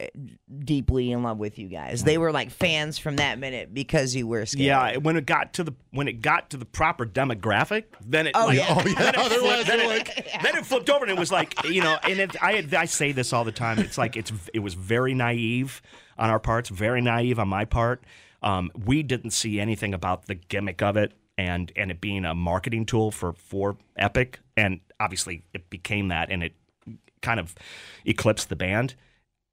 [SPEAKER 2] deeply in love with you guys. They were like fans from that minute because you were scared.
[SPEAKER 4] Mm. yeah, when it got to the when it got to the proper demographic, then it
[SPEAKER 2] Oh,
[SPEAKER 4] like,
[SPEAKER 2] yeah.
[SPEAKER 3] oh yeah otherwise
[SPEAKER 4] then,
[SPEAKER 3] you're
[SPEAKER 4] it,
[SPEAKER 3] like
[SPEAKER 4] then it flipped over and it was like you know, and it, I had- I say this all the time. It's like it's it was very naive on our parts, very naive on my part. Um, we didn't see anything about the gimmick of it and and it being a marketing tool for for Epic, and obviously it became that, and it kind of eclipsed the band.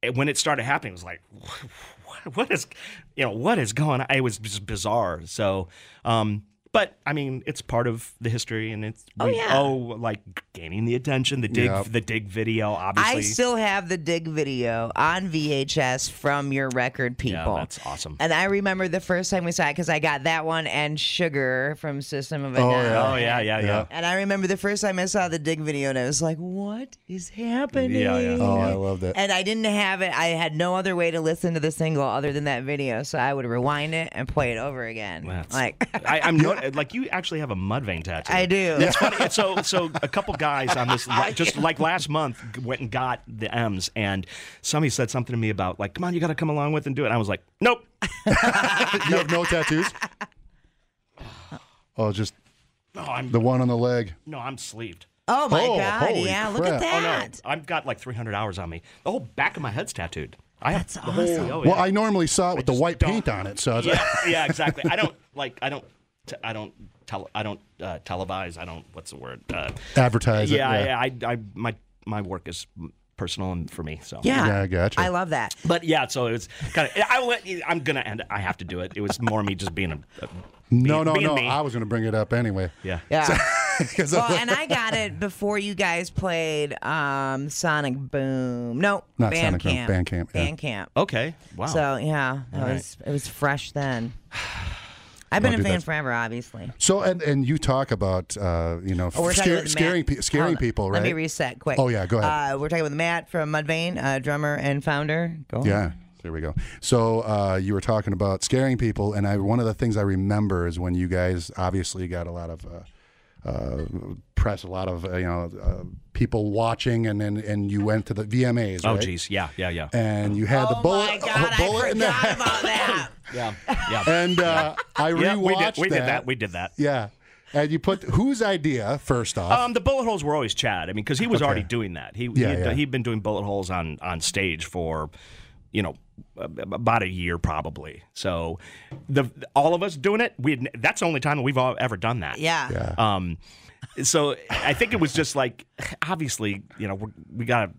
[SPEAKER 4] And when it started happening, it was like, what, what is, you know, what is going on? It was just bizarre. So, um, But I mean, it's part of the history, and it's
[SPEAKER 2] Oh,
[SPEAKER 4] we
[SPEAKER 2] yeah.
[SPEAKER 4] owe like gaining the attention, the dig,
[SPEAKER 3] Yeah.
[SPEAKER 4] the dig video, obviously.
[SPEAKER 2] I still have the dig video on VHS from your record people.
[SPEAKER 4] yeah, that's awesome.
[SPEAKER 2] And I remember the first time we saw it because I got that one and Sugar from System of a
[SPEAKER 3] Oh,
[SPEAKER 2] Down.
[SPEAKER 3] yeah.
[SPEAKER 4] oh yeah, yeah, yeah.
[SPEAKER 2] And I remember the first time I saw the Dig video, and I was like, "What is happening?"
[SPEAKER 4] Yeah, yeah.
[SPEAKER 3] Oh, I loved it.
[SPEAKER 2] And I didn't have it. I had no other way to listen to the single other than that video, so I would rewind it and play it over again.
[SPEAKER 4] That's-
[SPEAKER 2] like
[SPEAKER 4] I, I'm not, like you actually have a mud vein tattoo.
[SPEAKER 2] I do.
[SPEAKER 4] It's funny. It's So, so a couple guys on this, li- just like last month, g- went and got the M's, and somebody said something to me about like, "Come on, you got to come along with and do it." And I was like, "Nope."
[SPEAKER 3] you have no tattoos? Oh, just
[SPEAKER 4] No, I'm
[SPEAKER 3] the one on the leg.
[SPEAKER 4] no, I'm sleeved.
[SPEAKER 2] Oh my
[SPEAKER 3] Oh,
[SPEAKER 2] god!
[SPEAKER 3] holy
[SPEAKER 2] Yeah, look at
[SPEAKER 3] crap. Oh,
[SPEAKER 4] No,
[SPEAKER 2] that.
[SPEAKER 4] I've got like 300 hours on me. The whole back of my head's tattooed. I have
[SPEAKER 2] That's
[SPEAKER 4] the whole.
[SPEAKER 2] awesome.
[SPEAKER 4] oh,
[SPEAKER 3] Well,
[SPEAKER 4] yeah.
[SPEAKER 3] I normally saw it with the white paint on it, so I was like,
[SPEAKER 4] yeah, yeah, exactly. I don't like. I don't. T- I don't. Tele- I don't uh, televise. I don't. What's the word? Uh,
[SPEAKER 3] advertise it.
[SPEAKER 4] yeah, yeah. I, I, my, my work is personal and for me. So
[SPEAKER 2] Yeah,
[SPEAKER 3] Yeah, I gotcha.
[SPEAKER 2] I love that.
[SPEAKER 4] But yeah, so it was kind of. I let you, I'm gonna end. it. I have to do it. It was more me just being a. a
[SPEAKER 3] No,
[SPEAKER 4] be-
[SPEAKER 3] no,
[SPEAKER 4] being
[SPEAKER 3] no.
[SPEAKER 4] Me.
[SPEAKER 3] I was going to bring it up anyway.
[SPEAKER 4] yeah.
[SPEAKER 2] Yeah.
[SPEAKER 3] 'Cause
[SPEAKER 2] well,
[SPEAKER 3] I'm
[SPEAKER 2] and I got it before you guys played um, Sonic Boom. No,
[SPEAKER 3] Not
[SPEAKER 2] Band
[SPEAKER 3] Sonic Boom,
[SPEAKER 2] Camp.
[SPEAKER 3] Bandcamp, yeah. Oh.
[SPEAKER 2] Bandcamp.
[SPEAKER 4] Okay. Wow.
[SPEAKER 2] So yeah, it
[SPEAKER 4] right.
[SPEAKER 2] was it was fresh then. I've been
[SPEAKER 3] I'll
[SPEAKER 2] a
[SPEAKER 3] do
[SPEAKER 2] fan
[SPEAKER 3] that.
[SPEAKER 2] forever, obviously.
[SPEAKER 3] So and and you talk about uh, you know
[SPEAKER 2] Oh, we're talking
[SPEAKER 3] scare-
[SPEAKER 2] with Matt.
[SPEAKER 3] scaring pe- scaring
[SPEAKER 2] Hold on.
[SPEAKER 3] people, right?
[SPEAKER 2] Let me reset quick.
[SPEAKER 3] Oh, yeah, go ahead.
[SPEAKER 2] Uh, we're talking with Matt from Mudvayne, uh, drummer and founder. Go.
[SPEAKER 3] yeah. There we go. So uh, you were talking about scaring people, and I one of the things I remember is when you guys obviously got a lot of uh, uh, press, a lot of uh, you know uh, people watching, and then and you went to the VMAs.
[SPEAKER 4] oh
[SPEAKER 3] right?
[SPEAKER 4] geez. Yeah. Yeah. Yeah.
[SPEAKER 3] And you had
[SPEAKER 2] Oh
[SPEAKER 3] the bullet,
[SPEAKER 2] my God!
[SPEAKER 3] bullet
[SPEAKER 2] I
[SPEAKER 3] in the
[SPEAKER 2] forgot
[SPEAKER 3] head.
[SPEAKER 2] about that.
[SPEAKER 4] Yeah. Yeah.
[SPEAKER 3] And uh, I
[SPEAKER 4] yeah.
[SPEAKER 3] rewatched
[SPEAKER 4] We did. We did that. We did that.
[SPEAKER 3] yeah. And you put whose idea first off?
[SPEAKER 4] Um, the bullet holes were always Chad. I mean, because he was already doing that. He
[SPEAKER 3] Yeah,
[SPEAKER 4] he
[SPEAKER 3] yeah.
[SPEAKER 4] had been doing bullet holes on on stage for, you know, a- about a year probably. So, the all of us doing it. We had, that's the only time we've all ever done that.
[SPEAKER 2] Yeah.
[SPEAKER 4] Um, so I think it was just like, obviously, you know, we're, we got to.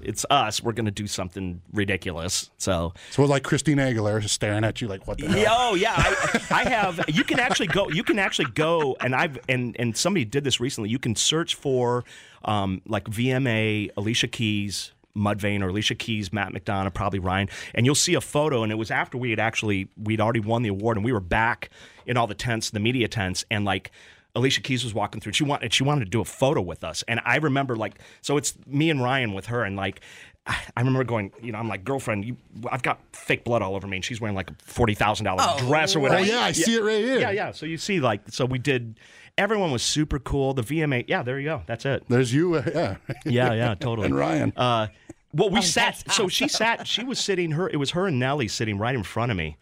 [SPEAKER 4] It's us. We're gonna do something ridiculous. So,
[SPEAKER 3] so it was like Christine Aguilera just staring at you like, what the hell?
[SPEAKER 4] yeah, oh yeah, I, I have. You can actually go. You can actually go, and I've and and somebody did this recently. You can search for um, like VMA Alicia Keys. Mudvayne or Alicia Keys, Matt McDonough, probably Ryan, and you'll see a photo. And it was after we had actually we'd already won the award, and we were back in all the tents, the media tents, and like Alicia Keys was walking through. She wanted she wanted to do a photo with us, and I remember like so it's me and Ryan with her, and like I I remember going, you know, I'm like girlfriend, you, I've got fake blood all over me, and she's wearing like a forty thousand dollar dress or
[SPEAKER 3] Oh
[SPEAKER 4] whatever.
[SPEAKER 3] yeah, I see it right here.
[SPEAKER 4] yeah, yeah. So you see, like, so we did. Everyone was super cool. The VMA, yeah, there you go. That's it.
[SPEAKER 3] There's you, uh, yeah,
[SPEAKER 4] Yeah, yeah, totally.
[SPEAKER 3] and Ryan. Oh,
[SPEAKER 4] Uh, well, we sat. So she sat. She was sitting. Her it was her and Nellie sitting right in front of me,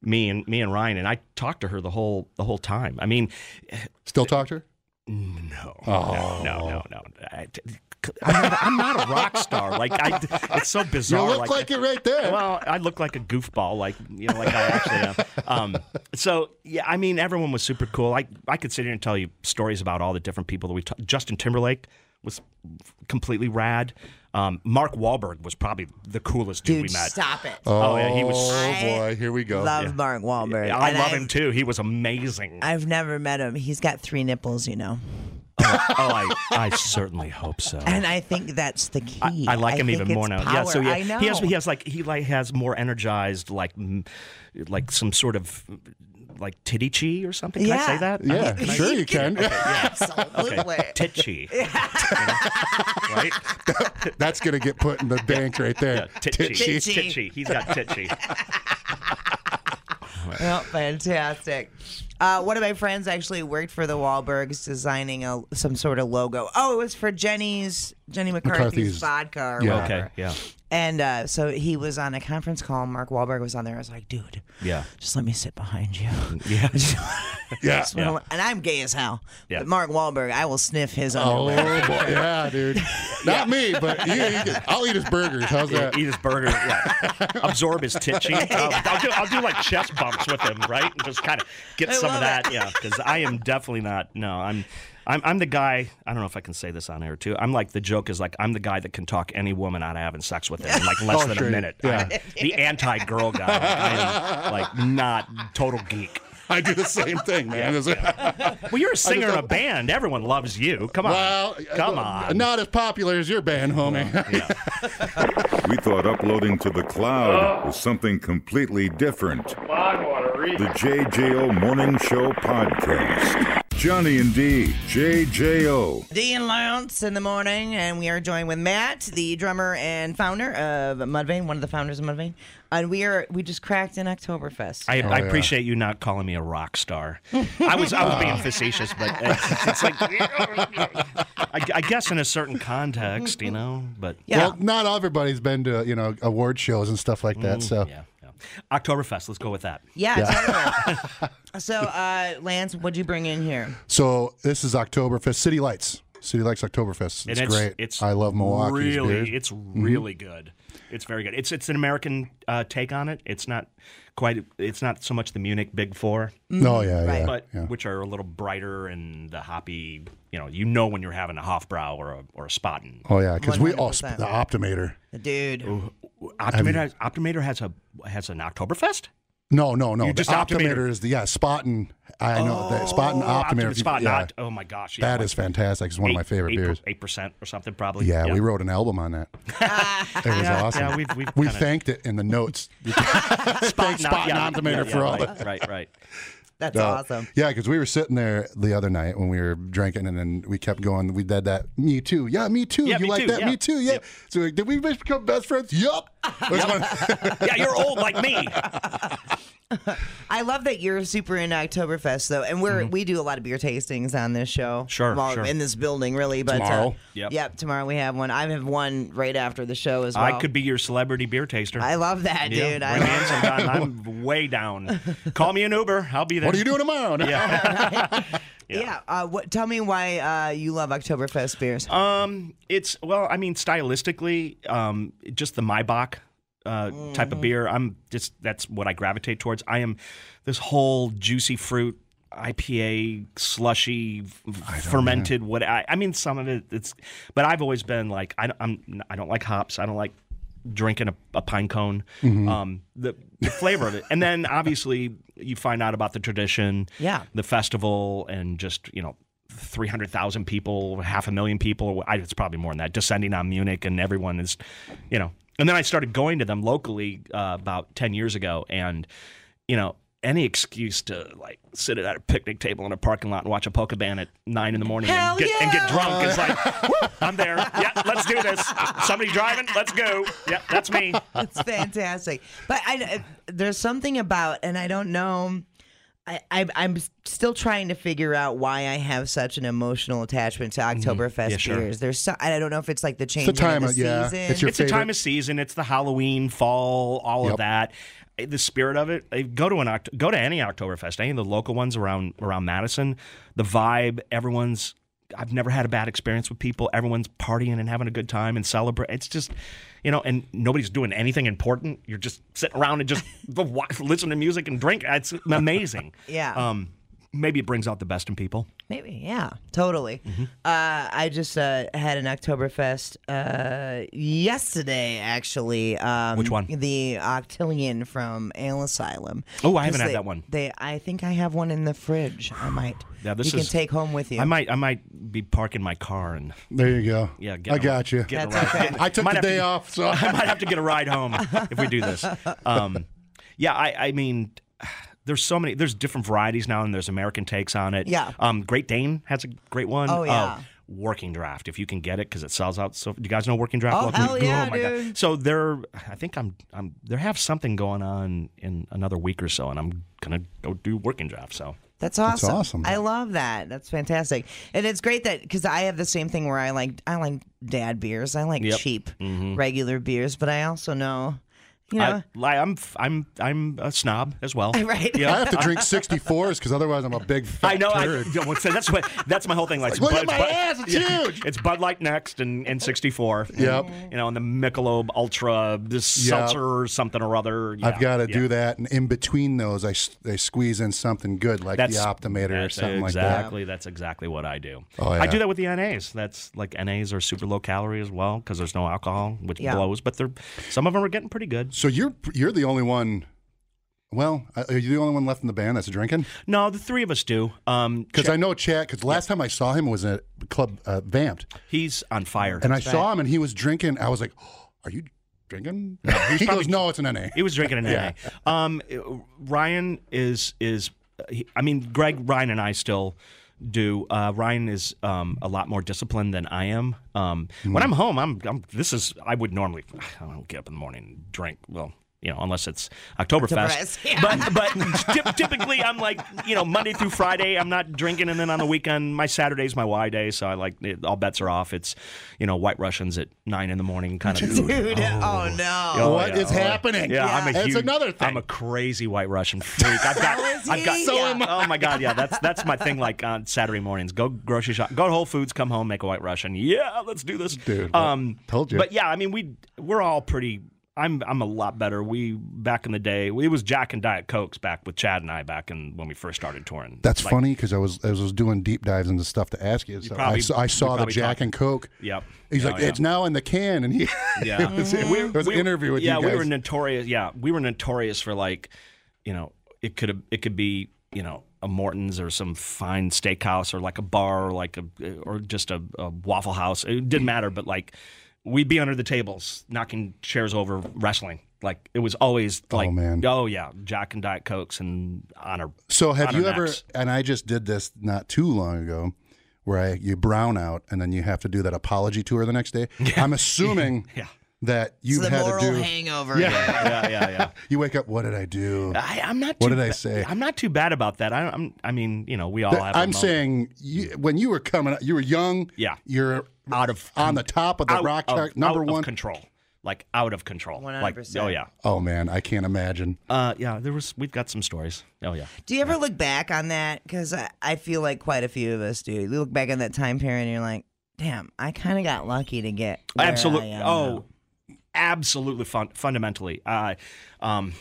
[SPEAKER 4] me and me and Ryan, and I talked to her the whole the whole time. I mean,
[SPEAKER 3] Still talk to her?
[SPEAKER 4] no, no, no, no, no. I, am not, Oh. I'm not a rock star. Like I, it's so
[SPEAKER 3] You
[SPEAKER 4] bizarre.
[SPEAKER 3] look like, it right there.
[SPEAKER 4] Well, I look like a goofball, like you know, like I actually am. Um, so yeah, I mean, everyone was super cool. I I could sit here and tell you stories about all the different people that we talked. Justin Timberlake was completely rad. Um, Mark Wahlberg was probably the coolest dude,
[SPEAKER 2] Dude,
[SPEAKER 4] we met.
[SPEAKER 2] stop it.
[SPEAKER 4] Oh, yeah, he was.
[SPEAKER 3] Oh boy, here we go.
[SPEAKER 2] Love Mark Wahlberg.
[SPEAKER 4] I
[SPEAKER 2] And
[SPEAKER 4] love
[SPEAKER 2] I've-
[SPEAKER 4] him too. He was amazing.
[SPEAKER 2] I've never met him. He's got three nipples, you know.
[SPEAKER 4] oh, I, I certainly hope so.
[SPEAKER 2] And I think that's the key.
[SPEAKER 4] I, I like him even
[SPEAKER 2] think
[SPEAKER 4] more
[SPEAKER 2] it's
[SPEAKER 4] now.
[SPEAKER 2] Power.
[SPEAKER 4] Yeah, so yeah,
[SPEAKER 2] I know.
[SPEAKER 4] he has he has like he like has more energized like mm, like some sort of like titty chi or something. Can I say
[SPEAKER 2] Yeah.
[SPEAKER 4] that? I
[SPEAKER 3] yeah,
[SPEAKER 4] don't- can I-
[SPEAKER 3] sure you can.
[SPEAKER 2] Absolutely.
[SPEAKER 4] Okay. Tit chi. You know? Right?
[SPEAKER 3] That's gonna get put in the bank right there.
[SPEAKER 4] Tit chi.
[SPEAKER 3] Tit
[SPEAKER 4] Tit
[SPEAKER 2] chi.
[SPEAKER 4] chi. He's got tit chi.
[SPEAKER 2] Oh, fantastic. Uh, one of my friends actually worked for the Wahlbergs designing a, some sort of logo. Oh, it was for Jenny's Jenny
[SPEAKER 3] McCarthy's.
[SPEAKER 2] McCarthy's, vodka or
[SPEAKER 3] Yeah.
[SPEAKER 2] whatever.
[SPEAKER 4] Okay. Yeah.
[SPEAKER 2] And uh, so he was on a conference call. Mark Wahlberg was on there. I was like, dude,
[SPEAKER 4] Yeah.
[SPEAKER 2] just let me sit behind you.
[SPEAKER 4] Yeah.
[SPEAKER 3] yeah.
[SPEAKER 2] Just wanna- And I'm gay as hell.
[SPEAKER 4] Yeah.
[SPEAKER 2] But Mark Wahlberg, I will sniff his
[SPEAKER 3] Oh boy,
[SPEAKER 2] underwear.
[SPEAKER 3] yeah, dude. Not me, but you, you can- I'll eat his burgers. How's that?
[SPEAKER 4] Eat his burger. Yeah. Absorb his tit chi. I'll, I'll do I'll do like chest bumps with him, right? And just kind of get
[SPEAKER 2] I
[SPEAKER 4] some of
[SPEAKER 2] love
[SPEAKER 4] that. Yeah. Because I am definitely not. No, I'm. I'm, I'm the guy. I don't know if I can say this on air too. I'm like the joke is like I'm the guy that can talk any woman out of having sex with him in like less
[SPEAKER 3] Oh,
[SPEAKER 4] than
[SPEAKER 3] sure.
[SPEAKER 4] a minute.
[SPEAKER 3] Yeah.
[SPEAKER 4] I'm the anti girl guy. Like, I am like not total geek.
[SPEAKER 3] I do the same thing, man. It's like-
[SPEAKER 4] Well, you're a singer in a band. Everyone loves you. Come on.
[SPEAKER 3] well,
[SPEAKER 4] Come
[SPEAKER 3] uh,
[SPEAKER 4] on.
[SPEAKER 3] Not as popular as your band, homie.
[SPEAKER 1] We thought uploading to the cloud was something completely different. The JJO Morning Show Podcast. Johnny and D, JJO.
[SPEAKER 2] D and Lance in the morning, and we are joined with Matt, the drummer and founder of Mudvayne, one of the founders of Mudvayne, and we are we just cracked an Oktoberfest.
[SPEAKER 3] Oh,
[SPEAKER 4] I, I appreciate you not calling me a rock star. I was I was being facetious, but it's, it's like I, I guess in a certain context, you know. But
[SPEAKER 2] yeah,
[SPEAKER 3] Well, not everybody's been to you know award shows and stuff like that. So
[SPEAKER 4] Mm. yeah, yeah. Oktoberfest. Let's go with that.
[SPEAKER 2] yeah. totally. so, uh, Lance, what'd you bring in here?
[SPEAKER 3] so this is Oktoberfest City Lights. City Lights Oktoberfest. It's,
[SPEAKER 4] And
[SPEAKER 3] great. I love Mm-hmm. Milwaukee.
[SPEAKER 4] Really, it's really good. It's very good. It's it's an American uh, take on it. It's not quite. It's not so much the Munich Big Four,
[SPEAKER 3] No, Oh, yeah, yeah.
[SPEAKER 4] but
[SPEAKER 3] Mm. yeah.
[SPEAKER 4] which are a little brighter and the hoppy. You know, you know when you're having a Hofbrau or a or a Spaten.
[SPEAKER 3] Oh yeah, because we all sp-
[SPEAKER 2] 100%.
[SPEAKER 3] the Optimator.
[SPEAKER 2] Dude,
[SPEAKER 4] Optimator, has, Optimator has a has an Oktoberfest.
[SPEAKER 3] No, no, no.
[SPEAKER 4] You
[SPEAKER 3] the
[SPEAKER 4] just
[SPEAKER 3] Optimator,
[SPEAKER 4] Optimator.
[SPEAKER 3] is the yeah Spaten. I know that Spaten Optimator. if you-
[SPEAKER 4] Spot,
[SPEAKER 3] yeah,
[SPEAKER 4] not, oh my gosh, yeah,
[SPEAKER 3] that
[SPEAKER 4] like
[SPEAKER 3] is fantastic. It's one
[SPEAKER 4] eight-
[SPEAKER 3] of my favorite
[SPEAKER 4] eight,
[SPEAKER 3] beers.
[SPEAKER 4] Eight percent or something probably.
[SPEAKER 3] Yeah, we wrote an album on that. it was
[SPEAKER 4] Yeah,
[SPEAKER 3] awesome.
[SPEAKER 4] yeah, we've- we've
[SPEAKER 3] we
[SPEAKER 4] kinda-
[SPEAKER 3] thanked it in the notes.
[SPEAKER 4] Spot,
[SPEAKER 3] Spot and Optimator for all
[SPEAKER 4] right,
[SPEAKER 3] the-
[SPEAKER 4] right, right.
[SPEAKER 2] that's awesome.
[SPEAKER 3] Yeah, because we were sitting there the other night when we were drinking, and then we kept going. We did that. Me too. Yeah, me too.
[SPEAKER 4] Yeah,
[SPEAKER 3] you
[SPEAKER 4] me
[SPEAKER 3] like
[SPEAKER 4] too,
[SPEAKER 3] that?
[SPEAKER 4] yeah.
[SPEAKER 3] Me too. Yeah.
[SPEAKER 4] Yep.
[SPEAKER 3] So like, did we become best friends? Yup. It was one-
[SPEAKER 4] Yeah, you're old like me.
[SPEAKER 2] I love that you're super into Oktoberfest though, and we're we do a lot of beer tastings on this show.
[SPEAKER 4] Mm-hmm. Sure,
[SPEAKER 2] well,
[SPEAKER 4] sure.
[SPEAKER 2] in this building really. But uh,
[SPEAKER 3] Tomorrow.
[SPEAKER 4] Yep.
[SPEAKER 2] yep, tomorrow we have one. I have one right after the show as well.
[SPEAKER 4] I could be your celebrity beer taster.
[SPEAKER 2] I love that,
[SPEAKER 4] Yeah,
[SPEAKER 2] dude. I
[SPEAKER 4] bring me
[SPEAKER 2] love
[SPEAKER 4] in sometime. I'm way down. Call me an Uber. I'll be there.
[SPEAKER 3] what are you doing tomorrow? Yeah.
[SPEAKER 2] Yeah. Uh, what? Tell me why uh, you love Oktoberfest beers.
[SPEAKER 3] Uh,
[SPEAKER 4] Um, it's well, I mean, stylistically, um, just the Maybach uh, type of beer. I'm just that's what I gravitate towards. I am this whole juicy fruit IPA, slushy, f- fermented. What I, I mean, some of it. It's, but I've always been like, I, don't- I'm, I don't like hops. I don't like drinking a, a pine cone. Um, the, the flavor of it, and then obviously you find out about the tradition
[SPEAKER 2] Yeah.
[SPEAKER 4] the festival and just you know 300,000 people, half a million people. I, it's probably more than that. Descending on Munich, and everyone is, you know. And then I started going to them locally uh, about 10 years ago, and you know, any excuse to like sit at a picnic table in a parking lot and watch a polka band at nine in the morning
[SPEAKER 2] Hell
[SPEAKER 4] and, get, and
[SPEAKER 2] yeah!
[SPEAKER 4] get drunk is like, Woo, I'm there. Yeah, let's do this. Somebody driving? Let's go. Yeah, that's me.
[SPEAKER 2] It's fantastic. But I, there's something about, and I don't know. I, I, I'm still trying to figure out why I have such an emotional attachment to
[SPEAKER 3] Mm-hmm.
[SPEAKER 2] Oktoberfest
[SPEAKER 4] sure.
[SPEAKER 2] beers. There's so, I don't know if it's like the change
[SPEAKER 3] time
[SPEAKER 2] of
[SPEAKER 3] of-
[SPEAKER 2] the
[SPEAKER 3] yeah.
[SPEAKER 2] season.
[SPEAKER 3] It's your-
[SPEAKER 4] it's a time
[SPEAKER 3] favorite?
[SPEAKER 4] of season. It's the Halloween, fall, all
[SPEAKER 3] Yep.
[SPEAKER 4] of that. Eh, The spirit of it. Eh, Go to an Oct- go to any Oktoberfest, any of the local ones around around Madison. The vibe, everyone's. I've never had a bad experience with people. Everyone's partying and having a good time and celebrate. It's just, you know, and nobody's doing anything important. You're just sitting around and just wa- listen to music and drink. It's amazing.
[SPEAKER 2] Yeah.
[SPEAKER 4] Um, maybe it brings out the best in people.
[SPEAKER 2] Maybe, yeah, totally.
[SPEAKER 4] Mm-hmm.
[SPEAKER 2] Uh, I just uh, had an Oktoberfest uh, yesterday, actually. Um,
[SPEAKER 4] Which one?
[SPEAKER 2] The Octillion from Ale Asylum.
[SPEAKER 4] Oh,
[SPEAKER 2] 'Cause
[SPEAKER 4] I haven't had
[SPEAKER 2] they-
[SPEAKER 4] that one.
[SPEAKER 2] They, I think I have one in the fridge. I might.
[SPEAKER 4] Yeah, this
[SPEAKER 2] you can
[SPEAKER 4] is-
[SPEAKER 2] take home with you.
[SPEAKER 4] I might I might be parking my car and
[SPEAKER 3] There you go.
[SPEAKER 4] yeah. Get
[SPEAKER 3] I
[SPEAKER 4] a-
[SPEAKER 3] got you.
[SPEAKER 4] get a
[SPEAKER 2] That's
[SPEAKER 4] ride.
[SPEAKER 2] okay.
[SPEAKER 3] I took
[SPEAKER 4] Might
[SPEAKER 3] the
[SPEAKER 4] have to-
[SPEAKER 3] day off, so
[SPEAKER 4] I might have to get a ride home if we do this. Um, yeah, I, I mean, there's so many. There's different varieties now, and there's American takes on it.
[SPEAKER 2] Yeah.
[SPEAKER 4] Um, Great Dane has a great one. Uh,
[SPEAKER 2] Oh, yeah.
[SPEAKER 4] working draft, if you can get it, because it sells out. So, do you guys know Working Draft?
[SPEAKER 2] Oh,
[SPEAKER 4] locally?
[SPEAKER 2] hell yeah,
[SPEAKER 4] my
[SPEAKER 2] dude.
[SPEAKER 4] So they're. I think I'm. I'm. They have something going on in another week or so, and I'm gonna go do Working Draft. So.
[SPEAKER 2] That's awesome.
[SPEAKER 3] awesome.
[SPEAKER 2] I love that. That's fantastic. And it's great that because I have the same thing where I like I like dad beers. I like
[SPEAKER 4] Yep. Mm-hmm.
[SPEAKER 2] cheap regular beers, but I also know, you know,
[SPEAKER 4] I, li- I'm f- I'm I'm a snob as well.
[SPEAKER 2] right?
[SPEAKER 3] I have to drink 64s because otherwise I'm a big fat
[SPEAKER 4] I know. I,
[SPEAKER 3] turd.
[SPEAKER 4] yeah, well, so that's what that's my whole thing. Like,
[SPEAKER 3] Look
[SPEAKER 4] Bud-
[SPEAKER 3] at my
[SPEAKER 4] Bud-
[SPEAKER 3] ass, it's huge.
[SPEAKER 4] It's Bud Light next and, and 64.
[SPEAKER 3] Yep.
[SPEAKER 4] And, you know, and the Michelob Ultra, this
[SPEAKER 3] Yep.
[SPEAKER 4] seltzer or something or other.
[SPEAKER 3] I've got to do that, and in between those, I, s- I squeeze in something good like the Optimator or something like that.
[SPEAKER 4] Exactly. That's exactly what I do.
[SPEAKER 3] Oh,
[SPEAKER 4] I
[SPEAKER 3] yeah.
[SPEAKER 4] do that with the NAs. That's like NAs are super low calorie as well because there's no alcohol, which
[SPEAKER 2] Yeah.
[SPEAKER 4] blows. But they're some of them are getting pretty good.
[SPEAKER 3] So you're you're the only one Well, uh, are you the only one left in the band that's drinking?
[SPEAKER 4] No, the three of us do. Um,
[SPEAKER 3] Because I know Chad. Because last time I saw him was at Club uh, Vamped,
[SPEAKER 4] he's on fire.
[SPEAKER 3] and I saw him and he was drinking. I was like, oh, "Are you drinking?" No, he goes, "No, it's an NA."
[SPEAKER 4] He was drinking an
[SPEAKER 3] Yeah.
[SPEAKER 4] NA. Um, Ryan is is, he, I mean, Greg, Ryan, and I still do. Uh, Ryan is um, a lot more disciplined than I am. Um, When I'm home, I'm, I'm this is I would normally I don't get up in the morning and drink. Well. You know, unless it's Oktoberfest,
[SPEAKER 2] Oktoberfest, yeah.
[SPEAKER 4] but but typ- typically I'm like you know Monday through Friday I'm not drinking, and then on the weekend my Saturday's my Y day, so I like it, all bets are off. It's you know White Russians at nine in the morning kind of
[SPEAKER 2] Dude, oh, no.
[SPEAKER 4] Oh,
[SPEAKER 3] What
[SPEAKER 4] yeah.
[SPEAKER 3] is
[SPEAKER 4] Oh, yeah.
[SPEAKER 3] happening?
[SPEAKER 4] Yeah, I'm a
[SPEAKER 3] that's
[SPEAKER 4] huge,
[SPEAKER 3] another thing.
[SPEAKER 4] I'm a crazy white Russian freak. I've got,
[SPEAKER 2] is
[SPEAKER 4] I've got,
[SPEAKER 2] he. So
[SPEAKER 4] yeah.
[SPEAKER 2] am
[SPEAKER 4] oh my god, yeah, that's that's my thing. Like on Saturday mornings, go grocery shop, go to Whole Foods, come home, make a white Russian. Yeah, let's do this,
[SPEAKER 3] Dude,
[SPEAKER 4] Um,
[SPEAKER 3] told you.
[SPEAKER 4] But yeah, I mean, we we're all pretty. I'm I'm a lot better. We back in the day, it was Jack and Diet Cokes back with Chad and I back in when we first started touring.
[SPEAKER 3] That's funny because I was I was doing deep dives into stuff to ask you. So I
[SPEAKER 4] probably-
[SPEAKER 3] saw, I
[SPEAKER 4] we
[SPEAKER 3] saw the
[SPEAKER 4] probably
[SPEAKER 3] Jack
[SPEAKER 4] talked-
[SPEAKER 3] and Coke.
[SPEAKER 4] Yep.
[SPEAKER 3] He's
[SPEAKER 4] Yeah,
[SPEAKER 3] like,
[SPEAKER 4] yeah.
[SPEAKER 3] it's now in the can, and he
[SPEAKER 4] Yeah,
[SPEAKER 3] it was, it was an interview with
[SPEAKER 4] yeah,
[SPEAKER 3] you guys.
[SPEAKER 4] we were notorious. Yeah, we were notorious for like, you know, it could it could be you know a Morton's or some fine steakhouse or like a bar or like a or just a, a Waffle House. It didn't matter, but like we'd be under the tables knocking chairs over, wrestling. Like it was always like,
[SPEAKER 3] man.
[SPEAKER 4] oh yeah, Jack and Diet Cokes and honor.
[SPEAKER 3] So have
[SPEAKER 4] Honor
[SPEAKER 3] you ever?
[SPEAKER 4] Max.
[SPEAKER 3] And I just did this not too long ago, where I you brown out and then you have to do that apology tour the next day. I'm assuming
[SPEAKER 4] Yeah.
[SPEAKER 3] that you've
[SPEAKER 2] the
[SPEAKER 3] had
[SPEAKER 2] moral
[SPEAKER 3] to do.
[SPEAKER 2] hangover.
[SPEAKER 4] Yeah, yeah, yeah.
[SPEAKER 3] You wake up. What did I do?
[SPEAKER 4] I, I'm not. Too
[SPEAKER 3] What did I say?
[SPEAKER 4] I'm not too bad about that. I, I'm. I mean, you know, we all have. our
[SPEAKER 3] I'm
[SPEAKER 4] moments.
[SPEAKER 3] saying you, when you were coming, up, you were young.
[SPEAKER 4] Yeah.
[SPEAKER 3] You're
[SPEAKER 4] Out of-
[SPEAKER 3] on the top of the
[SPEAKER 4] out
[SPEAKER 3] rock
[SPEAKER 4] of-
[SPEAKER 3] chart, number
[SPEAKER 4] out
[SPEAKER 3] one.
[SPEAKER 4] of control, like out of control. Like,
[SPEAKER 2] 100%.
[SPEAKER 4] oh yeah,
[SPEAKER 3] oh man, I can't imagine.
[SPEAKER 4] uh, yeah. There was we've got some stories. Oh yeah,
[SPEAKER 2] Do you ever look back on that? Because I, I feel like quite a few of us do. You look back on that time period and you're like, damn, I kind of got lucky to get. where I
[SPEAKER 4] absolutely.
[SPEAKER 2] am
[SPEAKER 4] Oh,
[SPEAKER 2] now.
[SPEAKER 4] absolutely. Fun- fundamentally, uh, um,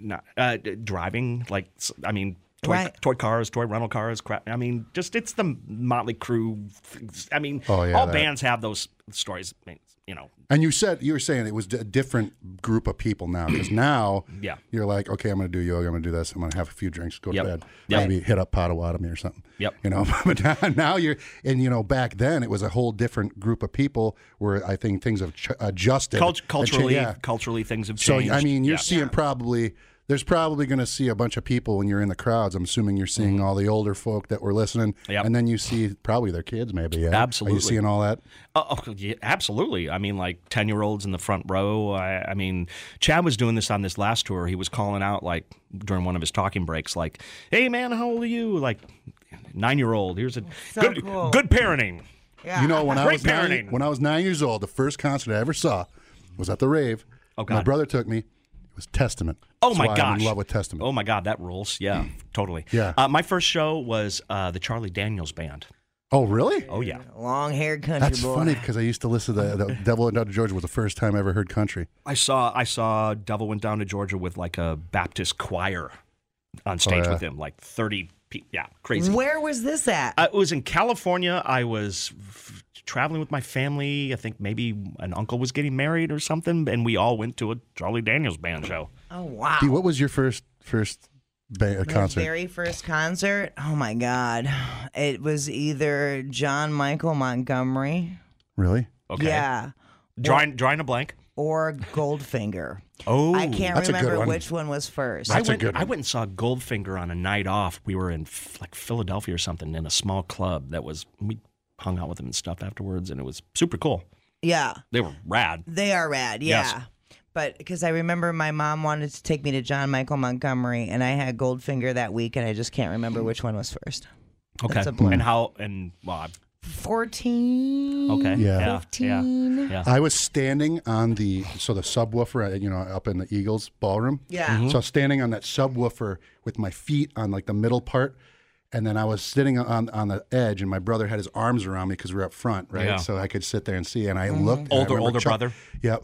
[SPEAKER 4] not uh, d- driving. Like s- I mean. Toy,
[SPEAKER 2] Right.
[SPEAKER 4] toy cars, toy rental cars, crap. I mean, just it's the Motley Crue. Things. I mean,
[SPEAKER 3] Oh, yeah,
[SPEAKER 4] all
[SPEAKER 3] that-
[SPEAKER 4] bands have those stories. I mean, you know,
[SPEAKER 3] And you said you were saying it was a different group of people now because now
[SPEAKER 4] Yeah.
[SPEAKER 3] you're like okay I'm going to do yoga I'm going to do this I'm going to have a few drinks go
[SPEAKER 4] Yep.
[SPEAKER 3] to bed
[SPEAKER 4] Yep.
[SPEAKER 3] maybe hit up Potawatomi or something
[SPEAKER 4] Yep.
[SPEAKER 3] you know but now, now you're and you know back then it was a whole different group of people where I think things have ch- adjusted
[SPEAKER 4] cult-
[SPEAKER 3] and changed.
[SPEAKER 4] culturally,
[SPEAKER 3] yeah.
[SPEAKER 4] culturally things have
[SPEAKER 3] so
[SPEAKER 4] changed.
[SPEAKER 3] I mean you're
[SPEAKER 4] Yeah.
[SPEAKER 3] seeing probably there's probably going to see a bunch of people when you're in the crowds I'm assuming you're seeing all the older folk that were listening
[SPEAKER 4] Mm-hmm. Yep.
[SPEAKER 3] and then you see probably their kids maybe yeah are you
[SPEAKER 4] Absolutely.
[SPEAKER 3] seeing all that
[SPEAKER 4] Oh, oh, yeah, absolutely. I mean, like ten year olds in the front row. I, I mean, Chad was doing this on this last tour. He was calling out like during one of his talking breaks, like, "Hey, man, how old are you?" Like, nine year old. Here's a
[SPEAKER 2] Oh, So
[SPEAKER 4] good,
[SPEAKER 2] cool.
[SPEAKER 4] good parenting.
[SPEAKER 2] Yeah.
[SPEAKER 3] You know, when I
[SPEAKER 4] Great
[SPEAKER 3] was nine,
[SPEAKER 4] parenting.
[SPEAKER 3] when I was nine years old, the first concert I ever saw was at the rave.
[SPEAKER 4] Oh,
[SPEAKER 3] My
[SPEAKER 4] God.
[SPEAKER 3] brother took me. It was Testament.
[SPEAKER 4] Oh
[SPEAKER 3] That's
[SPEAKER 4] my
[SPEAKER 3] why
[SPEAKER 4] gosh!
[SPEAKER 3] I'm in love with Testament.
[SPEAKER 4] Oh my god, that rules. Yeah, totally.
[SPEAKER 3] Yeah.
[SPEAKER 4] Uh, my first show was uh, the Charlie Daniels Band.
[SPEAKER 3] Oh, really?
[SPEAKER 4] Oh yeah.
[SPEAKER 2] long haired country
[SPEAKER 3] That's
[SPEAKER 2] boy.
[SPEAKER 3] funny because I used to listen to the, the Devil and Dr. George was the first time I ever heard country.
[SPEAKER 4] I saw I saw Devil went down to Georgia with like a Baptist choir on stage
[SPEAKER 3] Oh, yeah.
[SPEAKER 4] with him, like thirty. Pe- yeah, crazy.
[SPEAKER 2] Where was this at?
[SPEAKER 4] Uh, it was in California. I was f- traveling with my family. I think maybe an uncle was getting married or something, and we all went to a Charlie Daniels band show.
[SPEAKER 2] oh, wow.
[SPEAKER 3] Dee, what was your first first ba- uh,
[SPEAKER 2] My
[SPEAKER 3] concert?
[SPEAKER 2] very first concert. Oh my God. It was either John Michael Montgomery.
[SPEAKER 3] really?
[SPEAKER 4] Okay.
[SPEAKER 2] Yeah.
[SPEAKER 4] Drawing drawing a blank.
[SPEAKER 2] Or Goldfinger.
[SPEAKER 4] Oh.
[SPEAKER 2] I can't
[SPEAKER 3] that's a good
[SPEAKER 2] remember
[SPEAKER 3] one.
[SPEAKER 2] which one was first.
[SPEAKER 4] I
[SPEAKER 3] That's a
[SPEAKER 4] went,
[SPEAKER 3] good
[SPEAKER 4] I
[SPEAKER 3] one.
[SPEAKER 4] went and saw Goldfinger on a night off. We were in f- like Philadelphia or something in a small club that was. We hung out with them and stuff afterwards, and it was super cool.
[SPEAKER 2] yeah.
[SPEAKER 4] They were rad.
[SPEAKER 2] They are rad, yeah.
[SPEAKER 4] Yes.
[SPEAKER 2] But because I remember my mom wanted to take me to John Michael Montgomery, and I had Goldfinger that week, and I just can't remember which one was first.
[SPEAKER 4] Okay.
[SPEAKER 2] a blur.
[SPEAKER 4] And how? And well, I-
[SPEAKER 2] 14.
[SPEAKER 4] okay.
[SPEAKER 3] Yeah.
[SPEAKER 4] Yeah.
[SPEAKER 3] I was standing on the so the subwoofer, uh, you know, up in the Eagles ballroom.
[SPEAKER 2] Yeah. Mhm.
[SPEAKER 4] Mm-hmm.
[SPEAKER 3] So I was standing on that subwoofer with my feet on like the middle part, and then I was sitting on on the edge, and my brother had his arms around me because we were up front, right?
[SPEAKER 4] Yeah.
[SPEAKER 3] So I could sit there and see, and I looked. and I
[SPEAKER 4] Older-
[SPEAKER 3] remember
[SPEAKER 4] older
[SPEAKER 3] Chuck-
[SPEAKER 4] brother?
[SPEAKER 3] Yep.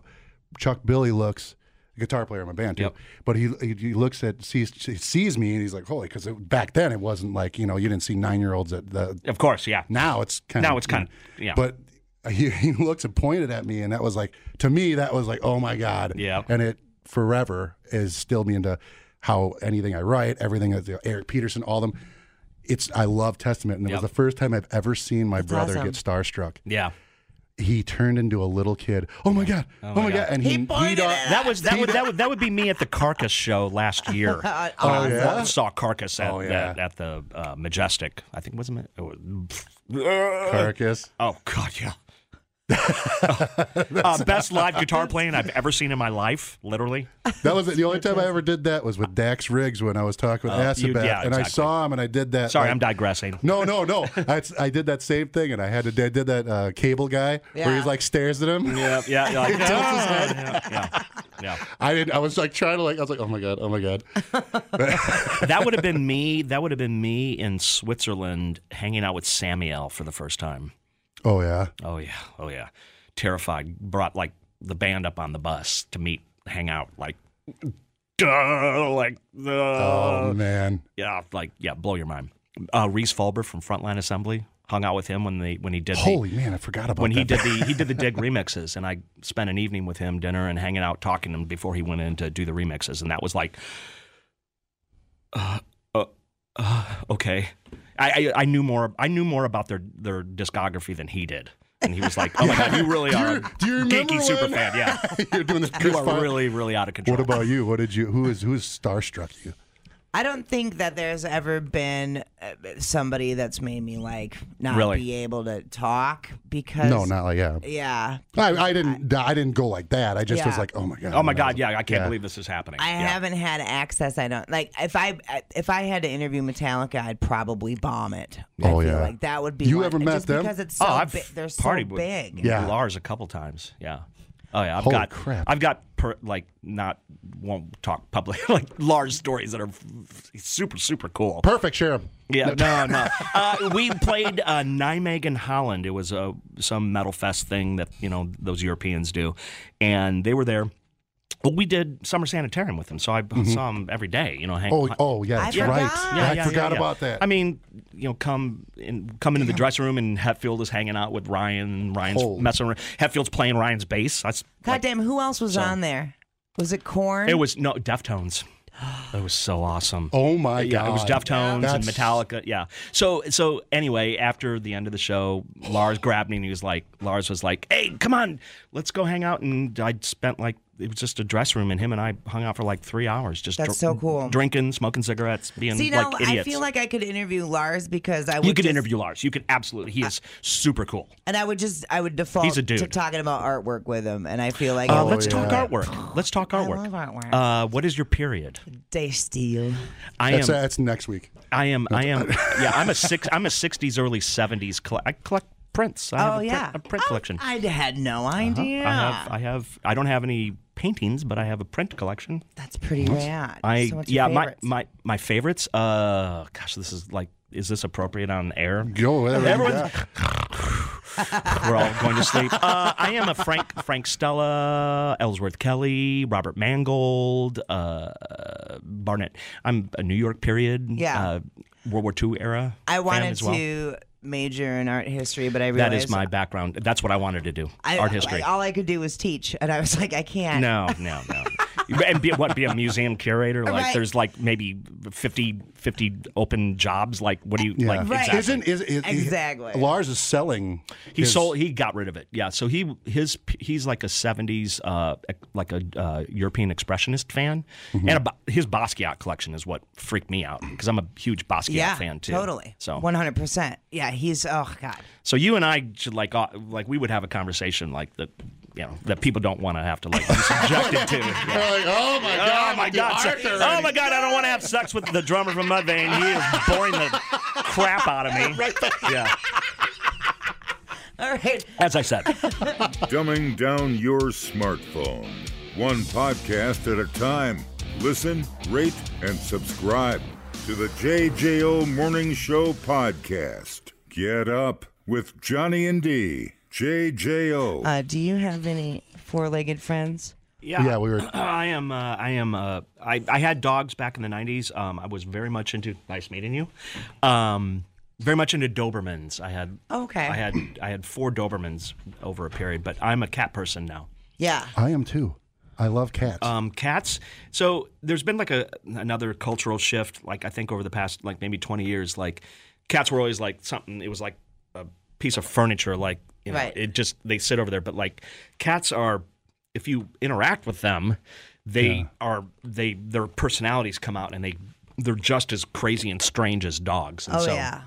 [SPEAKER 3] Chuck Billy looks. Guitar player in my band too,
[SPEAKER 4] Yep.
[SPEAKER 3] but he he- he looks at sees sees me and he's like holy because back then it wasn't like you know you didn't see nine year olds at the
[SPEAKER 4] Of course. Yeah.
[SPEAKER 3] now it's kind of
[SPEAKER 4] Now it's kind of- yeah.
[SPEAKER 3] But he, he looks and pointed at me, and that was like to me that was like oh my god.
[SPEAKER 4] Yeah.
[SPEAKER 3] And it forever is still being to. how anything I write, everything that you know, Eric Peterson, all them. It's I love Testament, and it was the first time I've ever seen my brother
[SPEAKER 2] awesome.
[SPEAKER 3] get starstruck.
[SPEAKER 4] Yeah.
[SPEAKER 3] He turned into a little kid. Oh my god! Oh my, god. And he, he
[SPEAKER 2] pointed
[SPEAKER 3] don't-
[SPEAKER 2] it
[SPEAKER 4] That was that would that would that would be me at the Carcass show last year. oh
[SPEAKER 3] yeah?
[SPEAKER 4] saw Carcass at,
[SPEAKER 3] Oh, yeah.
[SPEAKER 4] at, at the uh, Majestic. I think it was it. was-
[SPEAKER 3] carcass.
[SPEAKER 4] Oh God, yeah. uh, best live guitar playing I've ever seen in my life, literally.
[SPEAKER 3] That was the only time I ever did that was with Dax Riggs when I was talking with Acid
[SPEAKER 4] Oh, you-
[SPEAKER 3] Bath,
[SPEAKER 4] yeah,
[SPEAKER 3] and I
[SPEAKER 4] exactly.
[SPEAKER 3] saw him and I did that.
[SPEAKER 4] Sorry,
[SPEAKER 3] like-
[SPEAKER 4] I'm digressing.
[SPEAKER 3] No, no, no. I, I did that same thing, and I had to. I did that uh, cable guy where
[SPEAKER 2] Yeah.
[SPEAKER 3] he's like stares at him.
[SPEAKER 4] Yeah, Uh, yeah, yeah, like, yeah, yeah, yeah.
[SPEAKER 3] I didn't. I was like trying to like. I was like, oh my god, oh my god.
[SPEAKER 4] That would have been me. That would have been me in Switzerland hanging out with Samuel for the first time.
[SPEAKER 3] Oh yeah.
[SPEAKER 4] Oh yeah, oh yeah. Terrified. Brought like the band up on the bus to meet, hang out. Like, duh, like, uh,
[SPEAKER 3] Oh man.
[SPEAKER 4] yeah, like yeah, blow your mind. Uh, Reese Falber from Frontline Assembly hung out with him when they when he did the,
[SPEAKER 3] Holy man, I forgot about
[SPEAKER 4] when
[SPEAKER 3] that.
[SPEAKER 4] he did the he did the dig remixes, and I spent an evening with him, dinner and hanging out, talking to him before he went in to do the remixes, and that was like, uh, uh, uh, okay, I, I I knew more I knew more about their their discography than he did, and he was like, oh my god, you really
[SPEAKER 3] Do
[SPEAKER 4] are
[SPEAKER 3] you-
[SPEAKER 4] a
[SPEAKER 3] do you remember
[SPEAKER 4] geeky super
[SPEAKER 3] when-
[SPEAKER 4] fan, yeah,
[SPEAKER 3] You're doing this. Chris
[SPEAKER 4] you are
[SPEAKER 3] Farley-
[SPEAKER 4] really really out of control.
[SPEAKER 3] What about you? What did you? Who is who is starstruck you?
[SPEAKER 2] I don't think that there's ever been uh, somebody that's made me like not
[SPEAKER 4] Really?
[SPEAKER 2] be able to talk because
[SPEAKER 3] No, not like yeah.
[SPEAKER 2] yeah.
[SPEAKER 3] I, I didn't. I didn't go like that. I just was
[SPEAKER 2] Yeah.
[SPEAKER 3] like, oh my god.
[SPEAKER 4] Oh my
[SPEAKER 3] that
[SPEAKER 4] god,
[SPEAKER 3] was-
[SPEAKER 4] yeah, I can't believe this is happening.
[SPEAKER 2] I
[SPEAKER 4] yeah.
[SPEAKER 2] haven't had access. I don't like if I if I had to interview Metallica, I'd probably bomb it. I
[SPEAKER 3] Oh,
[SPEAKER 2] feel
[SPEAKER 3] yeah.
[SPEAKER 2] like that would be.
[SPEAKER 3] You
[SPEAKER 2] one-
[SPEAKER 3] ever met
[SPEAKER 2] just
[SPEAKER 3] them?
[SPEAKER 2] Because it's so
[SPEAKER 4] Oh, I've
[SPEAKER 2] big. They're so
[SPEAKER 4] partied with
[SPEAKER 2] big.
[SPEAKER 3] Yeah.
[SPEAKER 4] Lars a couple times. Yeah. Oh yeah, I've
[SPEAKER 3] Holy
[SPEAKER 4] got
[SPEAKER 3] crap.
[SPEAKER 4] I've got per, like not won't talk public like Lars stories that are f- f- super super cool.
[SPEAKER 3] Perfect, share 'em.
[SPEAKER 4] yeah, no, no. uh, we played uh, Nijmegen, Holland. It was uh, some metal fest thing that you know those Europeans do, and they were there. Well, we did summer sanitarium with them, so I saw them every day. You know, hang,
[SPEAKER 3] Oh, oh yeah, that's
[SPEAKER 2] forgot.
[SPEAKER 3] right.
[SPEAKER 2] Yeah,
[SPEAKER 3] I forgot
[SPEAKER 4] yeah.
[SPEAKER 3] about that.
[SPEAKER 4] I mean, you know, come in, come into the dressing room and Hetfield is hanging out with Ryan. and Ryan's
[SPEAKER 3] Holy.
[SPEAKER 4] messing around. Hetfield's playing Ryan's bass. That's like-
[SPEAKER 2] Goddamn, who else was on there? Was it Corn?
[SPEAKER 4] it was no Deftones. It was so awesome.
[SPEAKER 3] oh my god.
[SPEAKER 4] Yeah, it was Deftones and
[SPEAKER 3] That's-
[SPEAKER 4] Metallica. Yeah. So so anyway, after the end of the show, Lars grabbed me and he was like, Lars was like, "Hey, come on, let's go hang out." And I spent like it was just a dress room, and him and I hung out for like three hours, just
[SPEAKER 2] That's so cool.
[SPEAKER 4] drinking, smoking cigarettes, being
[SPEAKER 2] See
[SPEAKER 4] like
[SPEAKER 2] now,
[SPEAKER 4] idiots.
[SPEAKER 2] I feel like I could interview Lars because I would
[SPEAKER 4] You could
[SPEAKER 2] just-
[SPEAKER 4] interview Lars. You could absolutely. He is super cool.
[SPEAKER 2] and I would just I would default
[SPEAKER 4] He's a dude.
[SPEAKER 2] to talking about artwork with him, and I feel like
[SPEAKER 4] Uh,
[SPEAKER 2] oh,
[SPEAKER 4] let's talk artwork. Let's talk artwork.
[SPEAKER 2] love artwork.
[SPEAKER 4] Uh, what is your period?
[SPEAKER 2] day steal.
[SPEAKER 4] I
[SPEAKER 3] That's,
[SPEAKER 4] am.
[SPEAKER 3] that's next week.
[SPEAKER 4] I am. I am. Yeah, I'm a six. I'm a '60s, early '70s. Coll- I collect prints. I have
[SPEAKER 2] Oh
[SPEAKER 4] a print,
[SPEAKER 2] yeah,
[SPEAKER 4] a print
[SPEAKER 2] Oh,
[SPEAKER 4] collection. Uh-huh,
[SPEAKER 2] I had no idea.
[SPEAKER 4] I have. I have. I don't have any paintings, but I have a print collection.
[SPEAKER 2] That's pretty rad.
[SPEAKER 4] I
[SPEAKER 2] so what's your
[SPEAKER 4] yeah. My
[SPEAKER 2] favorites?
[SPEAKER 4] my my favorites. Uh, gosh, this is like. Is this appropriate on air?
[SPEAKER 3] Go whatever. you
[SPEAKER 4] Everyone's-
[SPEAKER 3] got.
[SPEAKER 4] We're all going to sleep. Uh, I am a Frank Frank Stella, Ellsworth Kelly, Robert Mangold, uh, Barnett. I'm a New York period,
[SPEAKER 2] Yeah.
[SPEAKER 4] uh, World War II era.
[SPEAKER 2] I
[SPEAKER 4] fan
[SPEAKER 2] wanted
[SPEAKER 4] as well.
[SPEAKER 2] to major in art history, but I realized
[SPEAKER 4] That is my background. That's what I wanted to do.
[SPEAKER 2] I-
[SPEAKER 4] art history.
[SPEAKER 2] I- all I could do was teach, and I was like, I can't.
[SPEAKER 4] no, no, no. and be, what be a museum curator? Like
[SPEAKER 2] Right.
[SPEAKER 4] there's like maybe 50, 50 open jobs. Like what do you
[SPEAKER 3] Yeah.
[SPEAKER 4] like?
[SPEAKER 2] Right.
[SPEAKER 4] Exactly.
[SPEAKER 3] Isn't is, is
[SPEAKER 2] Exactly.
[SPEAKER 3] Lars is selling.
[SPEAKER 4] He
[SPEAKER 3] his-
[SPEAKER 4] sold. He got rid of it. Yeah. So he his he's like a '70s, uh, like a uh, European expressionist fan,
[SPEAKER 3] Mm-hmm.
[SPEAKER 4] and a, Ba- his Basquiat collection is what freaked me out because I'm a huge Basquiat
[SPEAKER 2] Yeah,
[SPEAKER 4] fan too.
[SPEAKER 2] totally.
[SPEAKER 4] So
[SPEAKER 2] one hundred percent. Yeah, he's oh god.
[SPEAKER 4] so you and I should like uh, like we would have a conversation like that, you know, that people don't want to have to like be subjected to.
[SPEAKER 3] They're
[SPEAKER 4] Yeah.
[SPEAKER 3] like, oh my god.
[SPEAKER 4] Oh my
[SPEAKER 3] the
[SPEAKER 4] god! so-
[SPEAKER 3] art
[SPEAKER 4] oh
[SPEAKER 3] already."
[SPEAKER 4] my god! I don't want to have sex with the drummer from Mudvayne. He is boring the crap out of me. Yeah.
[SPEAKER 2] All right.
[SPEAKER 4] As I said.
[SPEAKER 1] Dumbing down your smartphone. One podcast at a time. Listen, rate, and subscribe to the JJO Morning Show podcast. Get up with Johnny and D. JJO.
[SPEAKER 2] Uh, do you have any four-legged friends?
[SPEAKER 4] Yeah,
[SPEAKER 3] Yeah, we were-
[SPEAKER 4] I am. Uh, I am. Uh, I I had dogs back in the '90s. Um, I was very much into. Nice meeting you. Um, very much into Dobermans. I had.
[SPEAKER 2] Okay.
[SPEAKER 4] I had. I had four Dobermans over a period, but I'm a cat person now.
[SPEAKER 2] Yeah.
[SPEAKER 3] I am too. I love cats.
[SPEAKER 4] um, cats. So there's been like a another cultural shift. Like I think over the past like maybe 20 years, like cats were always like something. It was like a piece of furniture. Like you know,
[SPEAKER 2] Right.
[SPEAKER 4] it just they sit over there. But like cats are, if you interact with them, they are they their personalities come out and they they're just as crazy and strange as dogs. And
[SPEAKER 2] Oh
[SPEAKER 4] so,
[SPEAKER 2] yeah.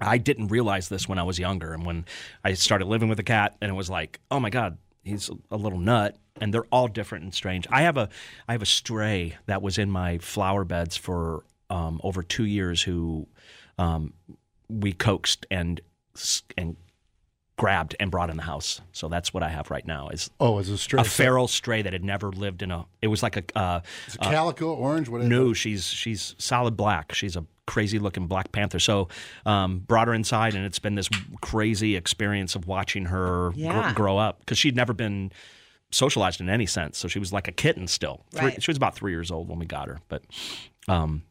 [SPEAKER 4] I didn't realize this when I was younger, and when I started living with a cat, and it was like, oh my god, he's a little nut, and they're all different and strange. I have a I have a stray that was in my flower beds for um, over two years, who um, we coaxed and s- and grabbed and brought in the house. So that's what I have right now is
[SPEAKER 3] oh, it's a stray.
[SPEAKER 4] a feral stray that had never lived in a. It was like a. Uh,
[SPEAKER 3] It's a calico, orange, whatever.
[SPEAKER 4] no, she's she's solid black. She's a crazy looking Black Panther. So um, brought her inside, and it's been this crazy experience of watching her gr-
[SPEAKER 2] Yeah.
[SPEAKER 4] grow up because she'd never been socialized in any sense. So she was like a kitten still. Three,
[SPEAKER 2] Right.
[SPEAKER 4] She was about three years old when we got her. But um,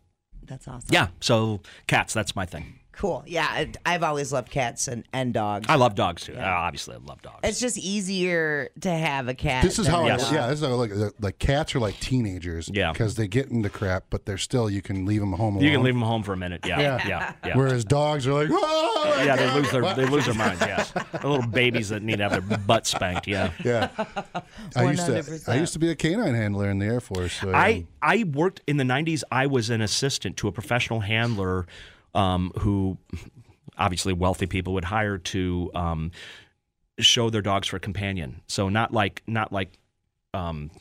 [SPEAKER 2] That's awesome.
[SPEAKER 4] yeah, so cats. That's my thing.
[SPEAKER 2] Cool. Yeah, I- I've always loved cats and, and dogs.
[SPEAKER 4] I love dogs too. Uh, obviously, I love dogs.
[SPEAKER 2] It's just easier to have a cat.
[SPEAKER 3] This is
[SPEAKER 2] than
[SPEAKER 3] how,
[SPEAKER 2] a
[SPEAKER 3] it
[SPEAKER 4] Yes.
[SPEAKER 3] is.
[SPEAKER 2] dog.
[SPEAKER 3] yeah, this is how, like, the- like cats are like teenagers.
[SPEAKER 4] Yeah.
[SPEAKER 3] Because they get into crap, but they're still, you can leave them home alone.
[SPEAKER 4] you can leave them home for a minute. Yeah,
[SPEAKER 3] Yeah.
[SPEAKER 4] yeah, yeah. yeah.
[SPEAKER 3] Whereas dogs are like, "Ah!" "Whoa!"
[SPEAKER 4] they lose their they lose their minds. Yes, the little babies that need to have their butt spanked. Yeah,
[SPEAKER 3] Yeah. I used to
[SPEAKER 2] 100%.
[SPEAKER 3] I used to be a canine handler in the Air Force. So, um,
[SPEAKER 4] I, I worked in the 90s. I was an assistant to a professional handler um, who obviously wealthy people would hire to um, show their dogs for a companion. So not like not like um,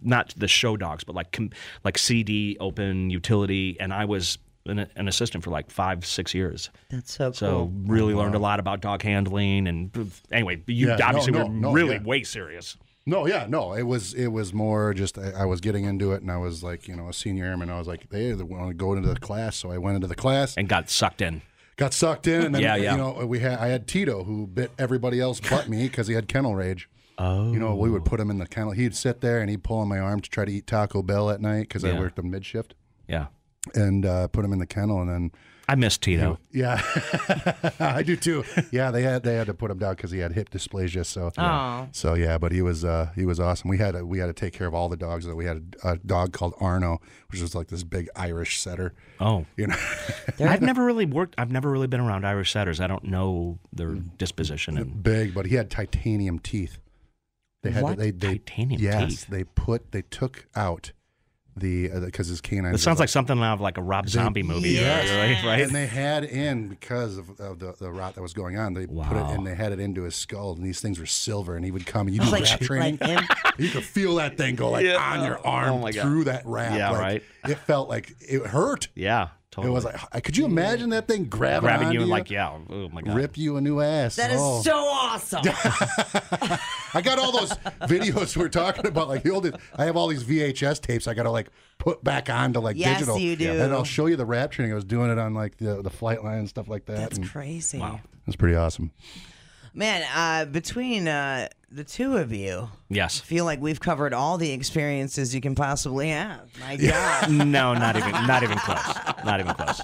[SPEAKER 4] not the show dogs, but like com- like CD open utility. And I was an, an assistant for like five six years.
[SPEAKER 2] That's so cool.
[SPEAKER 4] So really learned a lot about dog handling. And anyway,
[SPEAKER 3] Oh,
[SPEAKER 4] you
[SPEAKER 3] Yeah, no,
[SPEAKER 4] obviously
[SPEAKER 3] no,
[SPEAKER 4] were
[SPEAKER 3] no,
[SPEAKER 4] really
[SPEAKER 3] yeah.
[SPEAKER 4] way serious.
[SPEAKER 3] No, yeah, no. It was it was more just I, I was getting into it, and I was like, you know, a senior airman. I was like, they want to go into the class, so I went into the class,
[SPEAKER 4] And got sucked in.
[SPEAKER 3] got sucked in, and then
[SPEAKER 4] Yeah, yeah.
[SPEAKER 3] you know we had I had Tito who bit everybody else but me because he had kennel rage. Oh, you know we would put him in the kennel. He'd sit there and he'd pull on my arm to try to eat Taco Bell at night because I
[SPEAKER 4] Yeah.
[SPEAKER 3] worked a mid shift,
[SPEAKER 4] Yeah,
[SPEAKER 3] and uh, put him in the kennel, and then
[SPEAKER 4] I missed Tito.
[SPEAKER 3] yeah, I do too. Yeah, they had they had to put him down because he had hip dysplasia. So,
[SPEAKER 2] Aw.
[SPEAKER 3] so yeah, but he was uh, he was awesome. We had to, we had to take care of all the dogs. We had a, a dog called Arno, which was like this big Irish setter.
[SPEAKER 4] Oh,
[SPEAKER 3] You know,
[SPEAKER 4] I've never really worked. I've never really been around Irish setters. I don't know their
[SPEAKER 3] Mm.
[SPEAKER 4] disposition. And
[SPEAKER 3] big, but he had titanium teeth. They had to-
[SPEAKER 4] What?
[SPEAKER 3] they they
[SPEAKER 4] Titanium
[SPEAKER 3] yes,
[SPEAKER 4] teeth?
[SPEAKER 3] they put they took out the because his canine.
[SPEAKER 4] this sounds like something out of like a Rob Zombie movie,
[SPEAKER 3] Yes.
[SPEAKER 4] right? right?
[SPEAKER 3] And they had in because of, of the, the rot that was going on. They put
[SPEAKER 4] Wow. Oh
[SPEAKER 3] it in. They had it into his skull, and these things were silver. And he would come. and You do
[SPEAKER 2] It's like,
[SPEAKER 3] rat training.
[SPEAKER 2] like him.
[SPEAKER 3] you could feel that thing go like on your arm through that rat.
[SPEAKER 4] Oh Yeah,
[SPEAKER 3] like,
[SPEAKER 4] right.
[SPEAKER 3] It felt like it hurt.
[SPEAKER 4] yeah,
[SPEAKER 3] It
[SPEAKER 4] totally.
[SPEAKER 3] was like, could you imagine that thing grabbing,
[SPEAKER 4] grabbing
[SPEAKER 3] onto
[SPEAKER 4] you and like, yeah, oh my god,
[SPEAKER 3] rip you a new ass?
[SPEAKER 2] That is
[SPEAKER 3] Oh.
[SPEAKER 2] so awesome.
[SPEAKER 3] I got all those videos we're talking about. Like the old, I have all these VHS tapes. I got to like put back on to like
[SPEAKER 2] Yes,
[SPEAKER 3] digital.
[SPEAKER 2] you do.
[SPEAKER 3] And I'll show you the rap training. I was doing it on like the the flight line and stuff like that.
[SPEAKER 2] That's
[SPEAKER 3] and
[SPEAKER 2] crazy.
[SPEAKER 3] That's pretty awesome.
[SPEAKER 2] Man, uh, between uh, the two of you,
[SPEAKER 4] Yes.
[SPEAKER 2] I feel like we've covered all the experiences you can possibly have. My God.
[SPEAKER 4] No, not even, not even close. Not even close.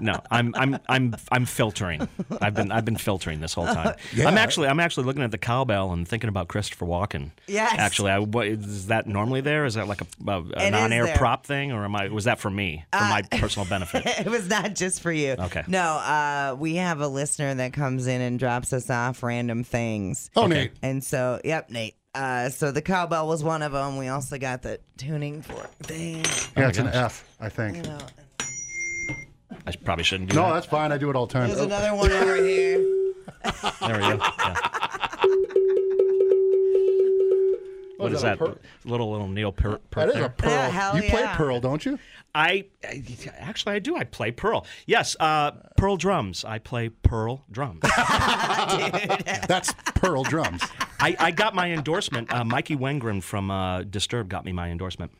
[SPEAKER 4] No, I'm, I'm, I'm, I'm filtering. I've been, I've been filtering this whole time. I'm actually, I'm actually looking at the cowbell and thinking about Christopher Walken.
[SPEAKER 2] Yes.
[SPEAKER 4] Actually, I, what, is that normally there? Is that like a, a,
[SPEAKER 2] is
[SPEAKER 4] an on-air
[SPEAKER 2] there. Uh,
[SPEAKER 4] prop thing, or am I? Was that for me, for my personal benefit?
[SPEAKER 2] it was not just for you.
[SPEAKER 4] Okay.
[SPEAKER 2] No, uh, we have a listener that comes in and drops us off random things.
[SPEAKER 3] Oh, Nate.
[SPEAKER 2] And so, yep, Nate. Uh, so the cowbell was one of them. We also got the tuning fork thing.
[SPEAKER 4] Oh
[SPEAKER 3] Yeah, it's an F, I think.
[SPEAKER 2] You know,
[SPEAKER 4] I probably shouldn't do
[SPEAKER 3] No,
[SPEAKER 4] that.
[SPEAKER 3] that's fine. I do it all the time. Oh,
[SPEAKER 2] there's another one over here.
[SPEAKER 4] There we go. Yeah. What
[SPEAKER 3] Oh, is
[SPEAKER 4] is
[SPEAKER 3] that
[SPEAKER 4] that?
[SPEAKER 3] a pearl?
[SPEAKER 4] Little little Neil Peart.
[SPEAKER 3] that is a pearl.
[SPEAKER 2] Yeah, hell
[SPEAKER 3] you play
[SPEAKER 2] yeah.
[SPEAKER 3] pearl, don't you?
[SPEAKER 4] I I- actually I do. I play Pearl. Yes, uh, Pearl drums. I play Pearl drums.
[SPEAKER 3] That's pearl drums.
[SPEAKER 4] I, I got my endorsement. Uh, Mikey Wengren from uh, Disturbed got me my endorsement.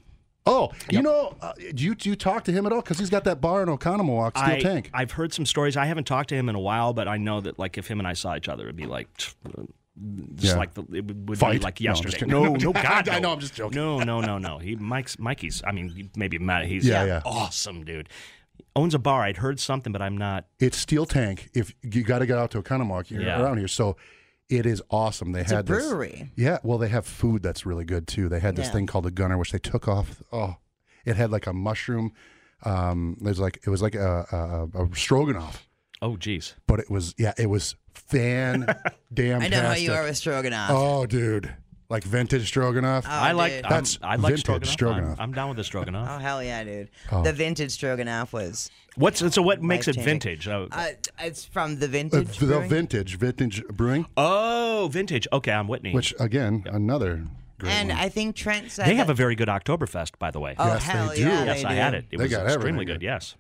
[SPEAKER 3] Oh, you know, uh, do you do you talk to him at all? Because he's got that bar in Oconomowoc, Steel
[SPEAKER 4] I,
[SPEAKER 3] Tank.
[SPEAKER 4] I've heard some stories. I haven't talked to him in a while, but I know that like if him and I saw each other, it'd be like. tch, uh, Just
[SPEAKER 3] Yeah.
[SPEAKER 4] like the, it would would
[SPEAKER 3] Fight?
[SPEAKER 4] be like
[SPEAKER 3] No, I'm just
[SPEAKER 4] yesterday.
[SPEAKER 3] kidding.
[SPEAKER 4] No, no, God,
[SPEAKER 3] I
[SPEAKER 4] no.
[SPEAKER 3] know, I'm just joking.
[SPEAKER 4] No, no, no, no. He, Mike's, Mikey's. I mean, maybe Matt. He's
[SPEAKER 3] Yeah, yeah.
[SPEAKER 4] awesome, dude. Owns a bar. I'd heard something, but I'm not.
[SPEAKER 3] it's Steel Tank. If you got to get out to Oconomowoc, you're
[SPEAKER 4] Yeah.
[SPEAKER 3] around here, so It is awesome. They
[SPEAKER 2] a
[SPEAKER 3] had this-
[SPEAKER 2] brewery.
[SPEAKER 3] yeah, well, they have food that's really good too. They had this
[SPEAKER 2] Yeah.
[SPEAKER 3] thing called a gunner, which they took off. Oh, it had like a mushroom. Um, there's like it was like a, a, a stroganoff,
[SPEAKER 4] Oh, geez.
[SPEAKER 3] but it was yeah, it was fan damn.
[SPEAKER 2] I know how you are with stroganoff.
[SPEAKER 3] Oh, dude, like vintage stroganoff.
[SPEAKER 2] Oh,
[SPEAKER 4] I like
[SPEAKER 2] dude.
[SPEAKER 4] I'm-
[SPEAKER 3] That's
[SPEAKER 4] I like
[SPEAKER 3] vintage
[SPEAKER 4] stroganoff.
[SPEAKER 3] stroganoff.
[SPEAKER 4] I'm, I'm down with the stroganoff.
[SPEAKER 2] Oh hell yeah, dude! The vintage stroganoff was
[SPEAKER 4] What's so? What makes it
[SPEAKER 2] Life-changing.
[SPEAKER 4] vintage? Oh,
[SPEAKER 2] uh, it's from the
[SPEAKER 3] Uh,
[SPEAKER 2] vintage.
[SPEAKER 3] the
[SPEAKER 2] brewing.
[SPEAKER 3] vintage, vintage brewing,
[SPEAKER 4] oh, vintage. Okay, I'm Whitney.
[SPEAKER 3] which again, another great
[SPEAKER 2] and
[SPEAKER 3] one.
[SPEAKER 2] I think Trent said
[SPEAKER 4] they have a
[SPEAKER 2] that-
[SPEAKER 4] very good Oktoberfest, by the way.
[SPEAKER 2] Oh
[SPEAKER 3] Yes, they
[SPEAKER 2] hell
[SPEAKER 3] do.
[SPEAKER 2] yeah!
[SPEAKER 4] yes,
[SPEAKER 2] they
[SPEAKER 4] I
[SPEAKER 2] do.
[SPEAKER 4] had it. It
[SPEAKER 3] They
[SPEAKER 4] was
[SPEAKER 3] got
[SPEAKER 4] extremely
[SPEAKER 3] everything
[SPEAKER 4] good.
[SPEAKER 3] good.
[SPEAKER 4] Yes.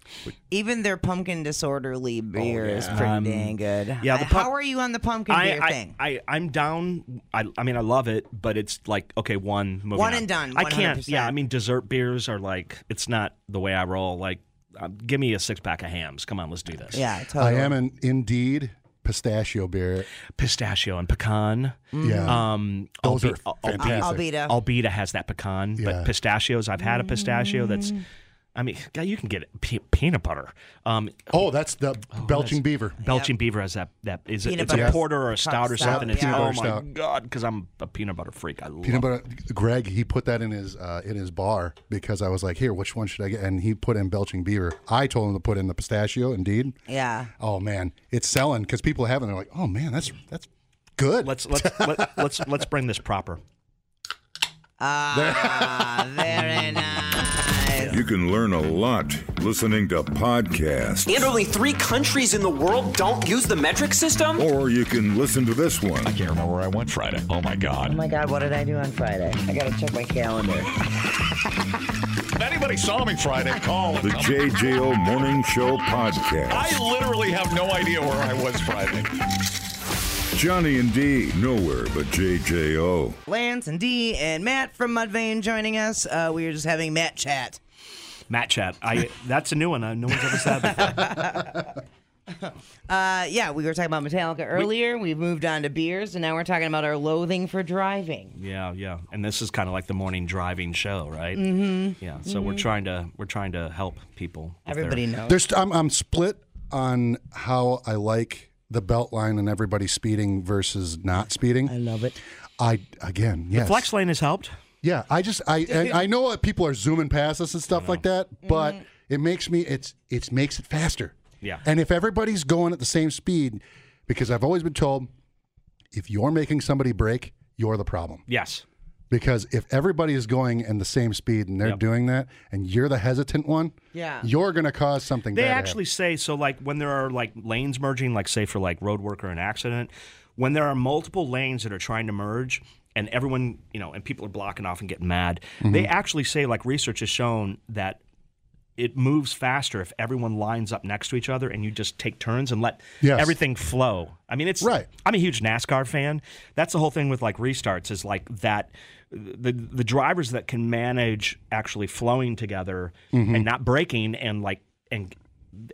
[SPEAKER 2] Even their pumpkin disorderly beer is pretty
[SPEAKER 4] Oh, Um,
[SPEAKER 2] dang good.
[SPEAKER 4] yeah, the
[SPEAKER 2] I-
[SPEAKER 4] pump-
[SPEAKER 2] how are you on the pumpkin
[SPEAKER 4] I,
[SPEAKER 2] beer
[SPEAKER 4] I,
[SPEAKER 2] thing?
[SPEAKER 4] I I'm down. I I mean I love it, but it's like okay, one moving
[SPEAKER 2] One
[SPEAKER 4] on.
[SPEAKER 2] and done,
[SPEAKER 4] I can't.
[SPEAKER 2] 100%.
[SPEAKER 4] Yeah, I mean dessert beers are like it's not the way I roll. Like, uh, give me a six pack of hams. Come on, let's do this.
[SPEAKER 2] yeah, totally.
[SPEAKER 3] I am an indeed pistachio beer.
[SPEAKER 4] pistachio and pecan.
[SPEAKER 2] Mm-hmm.
[SPEAKER 3] Yeah,
[SPEAKER 4] Um,
[SPEAKER 3] Mm. Those
[SPEAKER 4] albe-
[SPEAKER 3] are
[SPEAKER 4] al- albeit-
[SPEAKER 3] fantastic.
[SPEAKER 2] Albita.
[SPEAKER 4] Albita has that pecan,
[SPEAKER 3] Yeah.
[SPEAKER 4] but pistachios. I've had a pistachio that's.
[SPEAKER 2] Mm.
[SPEAKER 4] I mean, God, you can get pe- peanut butter. Um,
[SPEAKER 3] oh, that's the belching beaver.
[SPEAKER 4] Belching Beaver has that. That is it,
[SPEAKER 2] Peanut
[SPEAKER 4] it's a
[SPEAKER 2] butter.
[SPEAKER 4] porter or a stout or
[SPEAKER 2] Stout,
[SPEAKER 4] something. It's,
[SPEAKER 2] yeah.
[SPEAKER 4] oh my
[SPEAKER 3] Peanut butter stout.
[SPEAKER 4] god, because I'm a peanut butter freak. I love
[SPEAKER 3] Peanut butter. Greg, he put that in his uh, in his bar because I was like, here, which one should I get? And he put in belching beaver. I told him to put in the pistachio. Indeed.
[SPEAKER 2] yeah.
[SPEAKER 3] Oh man, it's selling because people have it. And they're like, oh man, that's that's good.
[SPEAKER 4] Let's let's let, let's let's bring this proper.
[SPEAKER 2] Ah, very nice.
[SPEAKER 1] You can learn a lot listening to podcasts,
[SPEAKER 6] And only three countries in the world don't use the metric system?
[SPEAKER 1] or you can listen to this one.
[SPEAKER 7] Can't remember where I went Friday. Oh my
[SPEAKER 2] Oh
[SPEAKER 7] God.
[SPEAKER 2] my God, what did I do on Friday? I gotta check my calendar.
[SPEAKER 7] If anybody saw me Friday, call.
[SPEAKER 1] The JJO Morning Show podcast.
[SPEAKER 7] I literally have no idea where I was Friday.
[SPEAKER 1] Johnny and D, nowhere but JJO.
[SPEAKER 2] Lance and Dee and Matt from Mudvayne joining us. Uh, we were just having Matt chat.
[SPEAKER 4] Matt chat. I that's a new one. I, no one's ever said that before.
[SPEAKER 2] Uh, yeah, we were talking about Metallica earlier. We, have moved on to beers, and now we're talking about our loathing for driving.
[SPEAKER 4] Yeah, yeah. And this is kind of like the morning driving show, right? Mm-hmm. Yeah. So we're trying to we're trying to help people. if they're-
[SPEAKER 2] Everybody knows.
[SPEAKER 3] There's I'm I'm split on how I like the belt line and everybody speeding versus not speeding.
[SPEAKER 2] I love it.
[SPEAKER 3] I again, yes.
[SPEAKER 4] Flex lane has helped.
[SPEAKER 3] Yeah, I just I and I know that people are zooming past us and stuff like that, but
[SPEAKER 2] Mm-hmm.
[SPEAKER 3] it makes me it's it makes it faster.
[SPEAKER 4] Yeah.
[SPEAKER 3] And if everybody's going at the same speed, because I've always been told if you're making somebody break, you're the problem.
[SPEAKER 4] Yes.
[SPEAKER 3] Because if everybody is going in the same speed and they're doing that and you're the hesitant one,
[SPEAKER 2] Yeah.
[SPEAKER 3] you're gonna cause something
[SPEAKER 4] They
[SPEAKER 3] bad to
[SPEAKER 4] actually say so. Like when there are like lanes merging, like say for like road work or an accident, when there are multiple lanes that are trying to merge, and everyone you know, and people are blocking off and getting mad,
[SPEAKER 3] Mm-hmm.
[SPEAKER 4] they actually say like research has shown that it moves faster if everyone lines up next to each other and you just take turns and let
[SPEAKER 3] Yes.
[SPEAKER 4] everything flow. I mean, it's
[SPEAKER 3] Right.
[SPEAKER 4] I'm a huge NASCAR fan. That's the whole thing with like restarts is like that the the drivers that can manage actually flowing together and not breaking and like and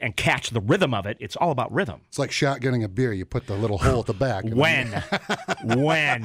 [SPEAKER 4] and catch the rhythm of it. It's all about rhythm.
[SPEAKER 3] It's like shotgunning a beer. You put the little hole at the back. and then-
[SPEAKER 4] When, when.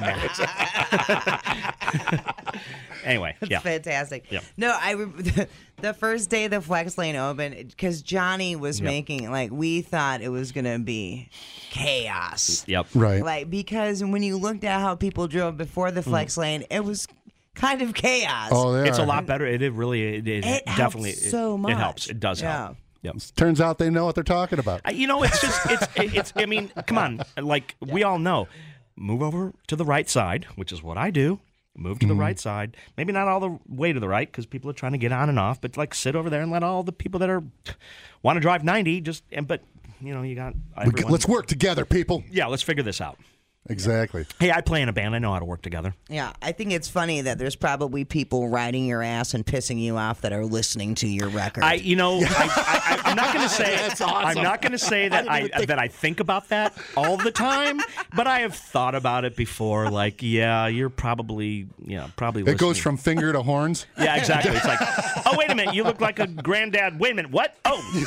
[SPEAKER 4] anyway, yeah.
[SPEAKER 2] Fantastic.
[SPEAKER 4] Yeah.
[SPEAKER 2] No, I re- the first day the Flex Lane opened because Johnny was making like we thought it was gonna be chaos.
[SPEAKER 4] Yep.
[SPEAKER 3] Right.
[SPEAKER 2] Like because when you looked at how people drove before the
[SPEAKER 4] Mm-hmm.
[SPEAKER 2] Flex Lane, it was kind of chaos.
[SPEAKER 3] oh, they
[SPEAKER 4] It's a
[SPEAKER 3] are.
[SPEAKER 4] lot better. It, it really it, it,
[SPEAKER 2] It helps
[SPEAKER 4] definitely
[SPEAKER 2] so
[SPEAKER 4] it,
[SPEAKER 2] much.
[SPEAKER 4] It helps. It does help. Yep.
[SPEAKER 3] Turns out they know what they're talking about.
[SPEAKER 4] I- You know, it's just it's it's. I mean, come on, like we all know, move over to the right side, which is what I do. Move
[SPEAKER 3] Mm-hmm.
[SPEAKER 4] to the right side. Maybe not all the way to the right because people are trying to get on and off, but like sit over there and let all the people that are want to drive ninety just. And but you know, you got
[SPEAKER 3] We g-
[SPEAKER 4] everyone.
[SPEAKER 3] let's work together, people.
[SPEAKER 4] yeah, let's figure this out.
[SPEAKER 3] Exactly.
[SPEAKER 4] Hey, I play in a band. I know how to work together.
[SPEAKER 2] Yeah, I think it's funny that there's probably people riding your ass and pissing you off that are listening to your record.
[SPEAKER 4] I, you know, I, I, I, I'm not going to say I'm not going to say that I, that I think about that all the time, but I have thought about it before. Like, yeah, you're probably, you know, probably.
[SPEAKER 3] It goes
[SPEAKER 4] listening.
[SPEAKER 3] from finger to horns.
[SPEAKER 4] yeah, exactly. It's like, oh, wait a minute, you look like a granddad. Wait a minute, what? Oh,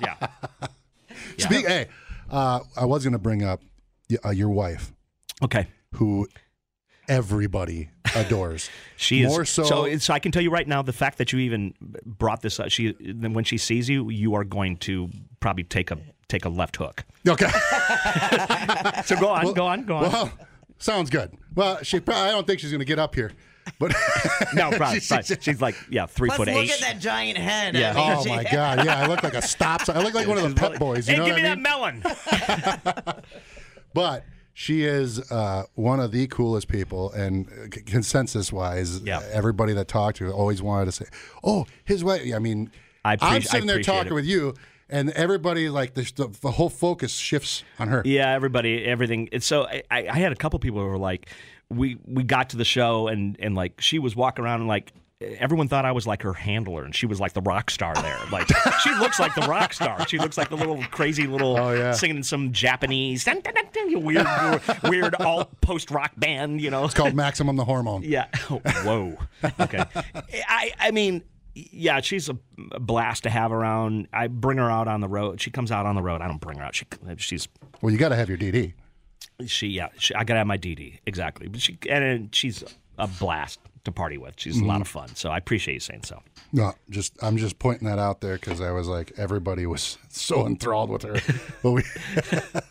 [SPEAKER 4] yeah, Yeah.
[SPEAKER 3] Speak. Hey, uh, I was going to bring up y- uh, your wife,
[SPEAKER 4] okay.
[SPEAKER 3] who everybody adores.
[SPEAKER 4] She is
[SPEAKER 3] More so-
[SPEAKER 4] it's, I can tell you right now, the fact that you even brought this up, she then when she sees you, you are going to probably take a take a left hook.
[SPEAKER 3] Okay.
[SPEAKER 4] So go on, go on, go on.
[SPEAKER 3] well, sounds good. Well, she. pro- I don't think she's going to get up here, but
[SPEAKER 4] no, probably.
[SPEAKER 3] She's-
[SPEAKER 4] probably. She's like, yeah, 3
[SPEAKER 2] Let's
[SPEAKER 4] foot
[SPEAKER 2] look
[SPEAKER 4] eight.
[SPEAKER 2] at that giant head. I
[SPEAKER 4] Yeah.
[SPEAKER 2] mean,
[SPEAKER 3] oh
[SPEAKER 2] she-
[SPEAKER 3] my god, yeah, I look like a stop sign. I look like one of the pet boys. You
[SPEAKER 4] hey,
[SPEAKER 3] know
[SPEAKER 4] give
[SPEAKER 3] what
[SPEAKER 4] me
[SPEAKER 3] I mean?
[SPEAKER 4] that melon.
[SPEAKER 3] but she is uh, one of the coolest people, and uh, c- consensus-wise,
[SPEAKER 4] Yeah.
[SPEAKER 3] everybody that talked to always wanted to say, "Oh, his way." I mean,
[SPEAKER 4] I appreci-
[SPEAKER 3] am sitting
[SPEAKER 4] I
[SPEAKER 3] there
[SPEAKER 4] appreciate
[SPEAKER 3] talking
[SPEAKER 4] it.
[SPEAKER 3] with you, and everybody like the, the, the whole focus shifts on her.
[SPEAKER 4] Yeah, everybody, everything. And so I, I I had a couple people who were like, we we got to the show and and like she was walking around and like. Everyone thought I was like her handler, and she was like the rock star there. Like she looks like the rock star. She looks like the little crazy little
[SPEAKER 3] Oh, yeah.
[SPEAKER 4] singing some Japanese dun, dun, dun, dun, weird weird alt post rock band. You know,
[SPEAKER 3] It's called Maximum the Hormone.
[SPEAKER 4] yeah. Oh, whoa. Okay. I I mean, yeah, she's a a blast to have around. I bring her out on the road. She comes out on the road. I don't bring her out. She she's
[SPEAKER 3] Well, you got to have your DD.
[SPEAKER 4] she yeah. She, I gotta have my DD exactly. But she and, and she's a blast to party with. She's a lot of fun. So I appreciate you saying so.
[SPEAKER 3] No, just I'm just pointing that out there because I was like everybody was so enthralled with her. But we,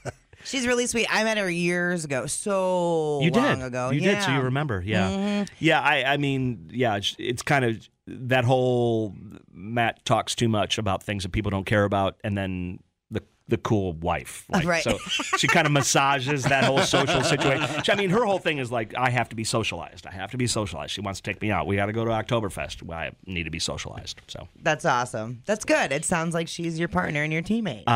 [SPEAKER 2] She's really sweet. I met her years ago, so
[SPEAKER 4] You
[SPEAKER 2] long
[SPEAKER 4] did.
[SPEAKER 2] ago.
[SPEAKER 4] You did. So
[SPEAKER 2] Yeah. Mm-hmm.
[SPEAKER 4] you remember. Yeah. Yeah. I, I mean, yeah, it's, it's kind of that whole Matt talks too much about things that people don't care about and then the the cool wife. Like,
[SPEAKER 2] Right.
[SPEAKER 4] So she kind of massages that whole social situation. She- I mean, her whole thing is like, I have to be socialized. I have to be socialized. She wants to take me out. We got to go to Oktoberfest. Well, I need to be socialized. So
[SPEAKER 2] That's awesome. That's good. It sounds like she's your partner and your teammate.
[SPEAKER 4] uh,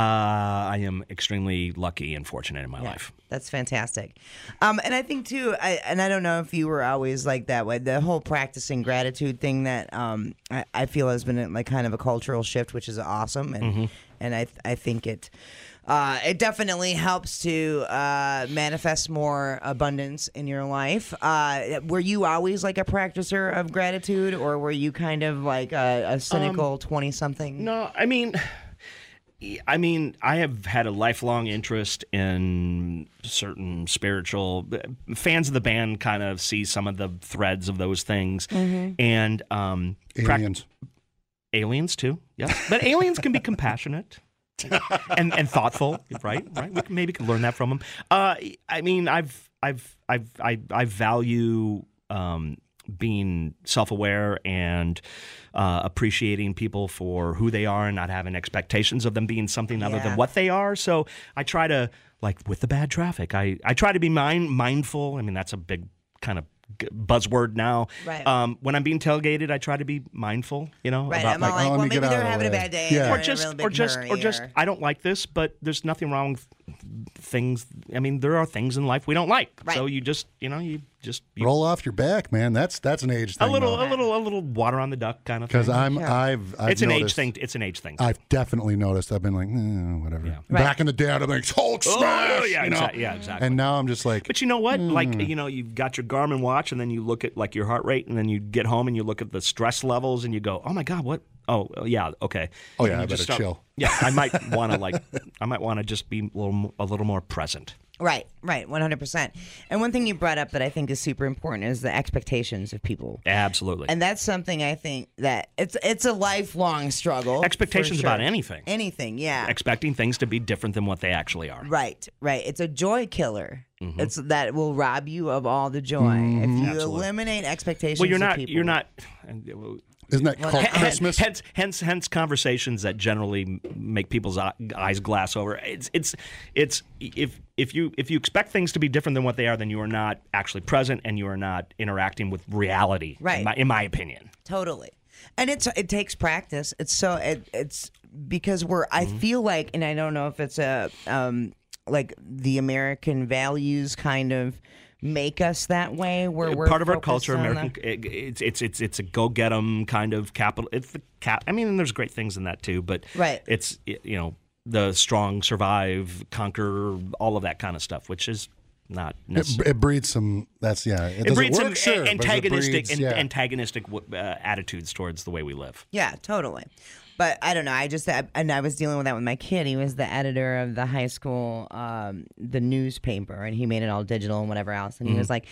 [SPEAKER 4] I am extremely lucky and fortunate in my life.
[SPEAKER 2] That's fantastic. Um, and I think too, I, and I don't know if you were always like that way. The whole practicing gratitude thing that um, I, I feel has been like kind of a cultural shift, which is awesome. And
[SPEAKER 3] Mm-hmm.
[SPEAKER 2] and I I think it uh, it definitely helps to uh, manifest more abundance in your life. Uh, were you always like a practicer of gratitude, or were you kind of like a, a cynical twenty something?
[SPEAKER 4] Um, No, I mean, I mean, I have had a lifelong interest in certain spiritual fans of the band. Kind of see some of the threads of those things, and um, prac-
[SPEAKER 3] aliens.
[SPEAKER 4] aliens too. Yeah, but aliens can be compassionate. and and thoughtful, right? Right. We can, maybe can learn that from them. Uh, I mean, I've I've I've I, I value um, being self aware and uh, appreciating people for who they are and not having expectations of them being something other
[SPEAKER 2] Yeah.
[SPEAKER 4] than what they are. So I try to like with the bad traffic. I I try to be mind mindful. I mean, that's a big kind of g- buzzword now.
[SPEAKER 2] Right.
[SPEAKER 4] Um, when I'm being tailgated, I try to be mindful. You know
[SPEAKER 2] Right,
[SPEAKER 4] about
[SPEAKER 2] I'm
[SPEAKER 4] like
[SPEAKER 2] all like,
[SPEAKER 3] oh, let
[SPEAKER 2] well,
[SPEAKER 3] me
[SPEAKER 2] maybe
[SPEAKER 3] get out
[SPEAKER 2] they're
[SPEAKER 3] of the
[SPEAKER 2] having a
[SPEAKER 3] way.
[SPEAKER 2] bad day. and
[SPEAKER 3] Yeah. Or
[SPEAKER 4] or
[SPEAKER 2] they're in a
[SPEAKER 4] just
[SPEAKER 2] real big
[SPEAKER 4] or just
[SPEAKER 2] hurry
[SPEAKER 4] or just I don't like this, but there's nothing wrong with things. I mean, there are things in life we don't like.
[SPEAKER 2] Right.
[SPEAKER 4] So you just you know you just you,
[SPEAKER 3] Roll off your back, man. That's that's an age
[SPEAKER 4] a
[SPEAKER 3] thing.
[SPEAKER 4] little a little a little water on the duck kind of thing.
[SPEAKER 3] because I'm I've, I've
[SPEAKER 4] it's an
[SPEAKER 3] noticed-
[SPEAKER 4] age thing. It's an age thing.
[SPEAKER 3] I've definitely noticed. I've been like, eh, whatever. Back in the day, I'd have been like, Hulk smash.
[SPEAKER 4] Oh, yeah,
[SPEAKER 3] you know?
[SPEAKER 4] exact- yeah, exactly.
[SPEAKER 3] And Hmm. now I'm just like,
[SPEAKER 4] But you know what? Like you know, you've got your Garmin watch, and then you look at like your heart rate, and then you get home and you look at the stress levels, and you go, "Oh my God, what? Oh uh, yeah, okay.
[SPEAKER 3] Oh,
[SPEAKER 4] And
[SPEAKER 3] yeah,
[SPEAKER 4] you
[SPEAKER 3] I
[SPEAKER 4] just
[SPEAKER 3] better chill.
[SPEAKER 4] Yeah, I might want to like, I might want to just be a little mo- a little more present.
[SPEAKER 2] Right, right, 100%. And one thing you brought up that I think is super important is the expectations of people.
[SPEAKER 4] Absolutely.
[SPEAKER 2] And that's something I think that it's it's a lifelong struggle. Oh, for
[SPEAKER 4] Expectations about
[SPEAKER 2] sure.
[SPEAKER 4] anything.
[SPEAKER 2] Anything, yeah.
[SPEAKER 4] expecting things to be different than what they actually are.
[SPEAKER 2] right, right. It's a joy killer.
[SPEAKER 4] Mm-hmm.
[SPEAKER 2] It's that will rob you of all the joy if you eliminate expectations.
[SPEAKER 4] Well, you're
[SPEAKER 2] of
[SPEAKER 4] not.
[SPEAKER 2] people.
[SPEAKER 4] You're not. and, uh, well,
[SPEAKER 3] isn't that called
[SPEAKER 4] hen-
[SPEAKER 3] Christmas?
[SPEAKER 4] Hence, hence, hence, conversations that generally m- make people's eye- eyes glass over. It's, it's, it's. If if you if you expect things to be different than what they are, then you are not actually present, and you are not interacting with reality.
[SPEAKER 2] Right.
[SPEAKER 4] In my, in my opinion.
[SPEAKER 2] Totally. And it's it takes practice. It's so it, it's because we're I
[SPEAKER 4] Mm-hmm.
[SPEAKER 2] feel like and I don't know if it's a um like the American values kind of make us that way where we're
[SPEAKER 4] Uh, part of our
[SPEAKER 2] focused
[SPEAKER 4] culture.
[SPEAKER 2] on the-
[SPEAKER 4] American, it- it's it's it's it's a go get 'em kind of capital. It's the cap. I mean, and there's great things in that too, but
[SPEAKER 2] Right.
[SPEAKER 4] It's it- you know the strong survive, conquer, all of that kind of stuff, which is not
[SPEAKER 3] It,
[SPEAKER 4] necessarily.
[SPEAKER 3] it breeds some. That's yeah. It, doesn't
[SPEAKER 4] breeds
[SPEAKER 3] work,
[SPEAKER 4] some
[SPEAKER 3] sure,
[SPEAKER 4] a-
[SPEAKER 3] but it
[SPEAKER 4] antagonistic
[SPEAKER 3] breeds-
[SPEAKER 4] an-
[SPEAKER 3] yeah.
[SPEAKER 4] antagonistic w- uh, attitudes towards the way we live.
[SPEAKER 2] Yeah, totally. But I don't know. I just I, and I was dealing with that with my kid. He was the editor of the high school, um, the newspaper, and he made it all digital and whatever else. And he
[SPEAKER 4] Mm-hmm.
[SPEAKER 2] was like,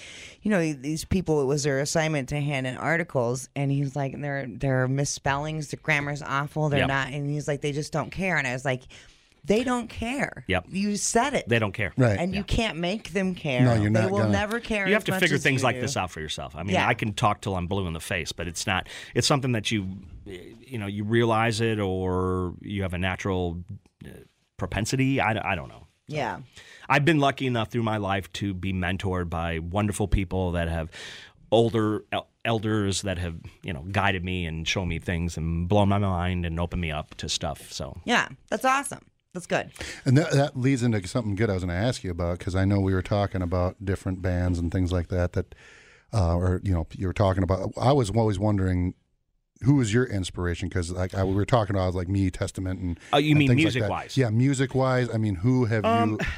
[SPEAKER 2] you know, these people. It was their assignment to hand in articles, and he's like, there there are misspellings, the grammar's awful, they're
[SPEAKER 4] Yep.
[SPEAKER 2] not, and he's like, they just don't care. And I was like. They don't care.
[SPEAKER 4] Yep.
[SPEAKER 2] You said it.
[SPEAKER 4] They don't care.
[SPEAKER 3] Right.
[SPEAKER 2] And you can't make them care.
[SPEAKER 3] No, you're
[SPEAKER 2] They
[SPEAKER 3] not
[SPEAKER 2] will
[SPEAKER 3] gonna.
[SPEAKER 2] never care.
[SPEAKER 4] You
[SPEAKER 2] as
[SPEAKER 4] have to
[SPEAKER 2] much
[SPEAKER 4] figure
[SPEAKER 2] as
[SPEAKER 4] things
[SPEAKER 2] you
[SPEAKER 4] like
[SPEAKER 2] do.
[SPEAKER 4] this out for yourself. I mean,
[SPEAKER 2] Yeah.
[SPEAKER 4] I can talk till I'm blue in the face, but it's not. It's something that you, you know, you realize it, or you have a natural uh, propensity. I, I don't know.
[SPEAKER 2] Yeah.
[SPEAKER 4] I've been lucky enough through my life to be mentored by wonderful people that have older el- elders that have you know guided me and shown me things and blown my mind and opened me up to stuff. So
[SPEAKER 2] Yeah. That's awesome. That's good.
[SPEAKER 3] And that, that leads into something good I was going to ask you about because I know we were talking about different bands and things like that. That, uh, or you know, you were talking about. I was always wondering who was your inspiration because like I, we were talking about like me, Testament, and
[SPEAKER 4] Oh, you
[SPEAKER 3] and
[SPEAKER 4] mean
[SPEAKER 3] things like
[SPEAKER 4] music-wise? Um,
[SPEAKER 3] that. Yeah, music wise. I mean, who have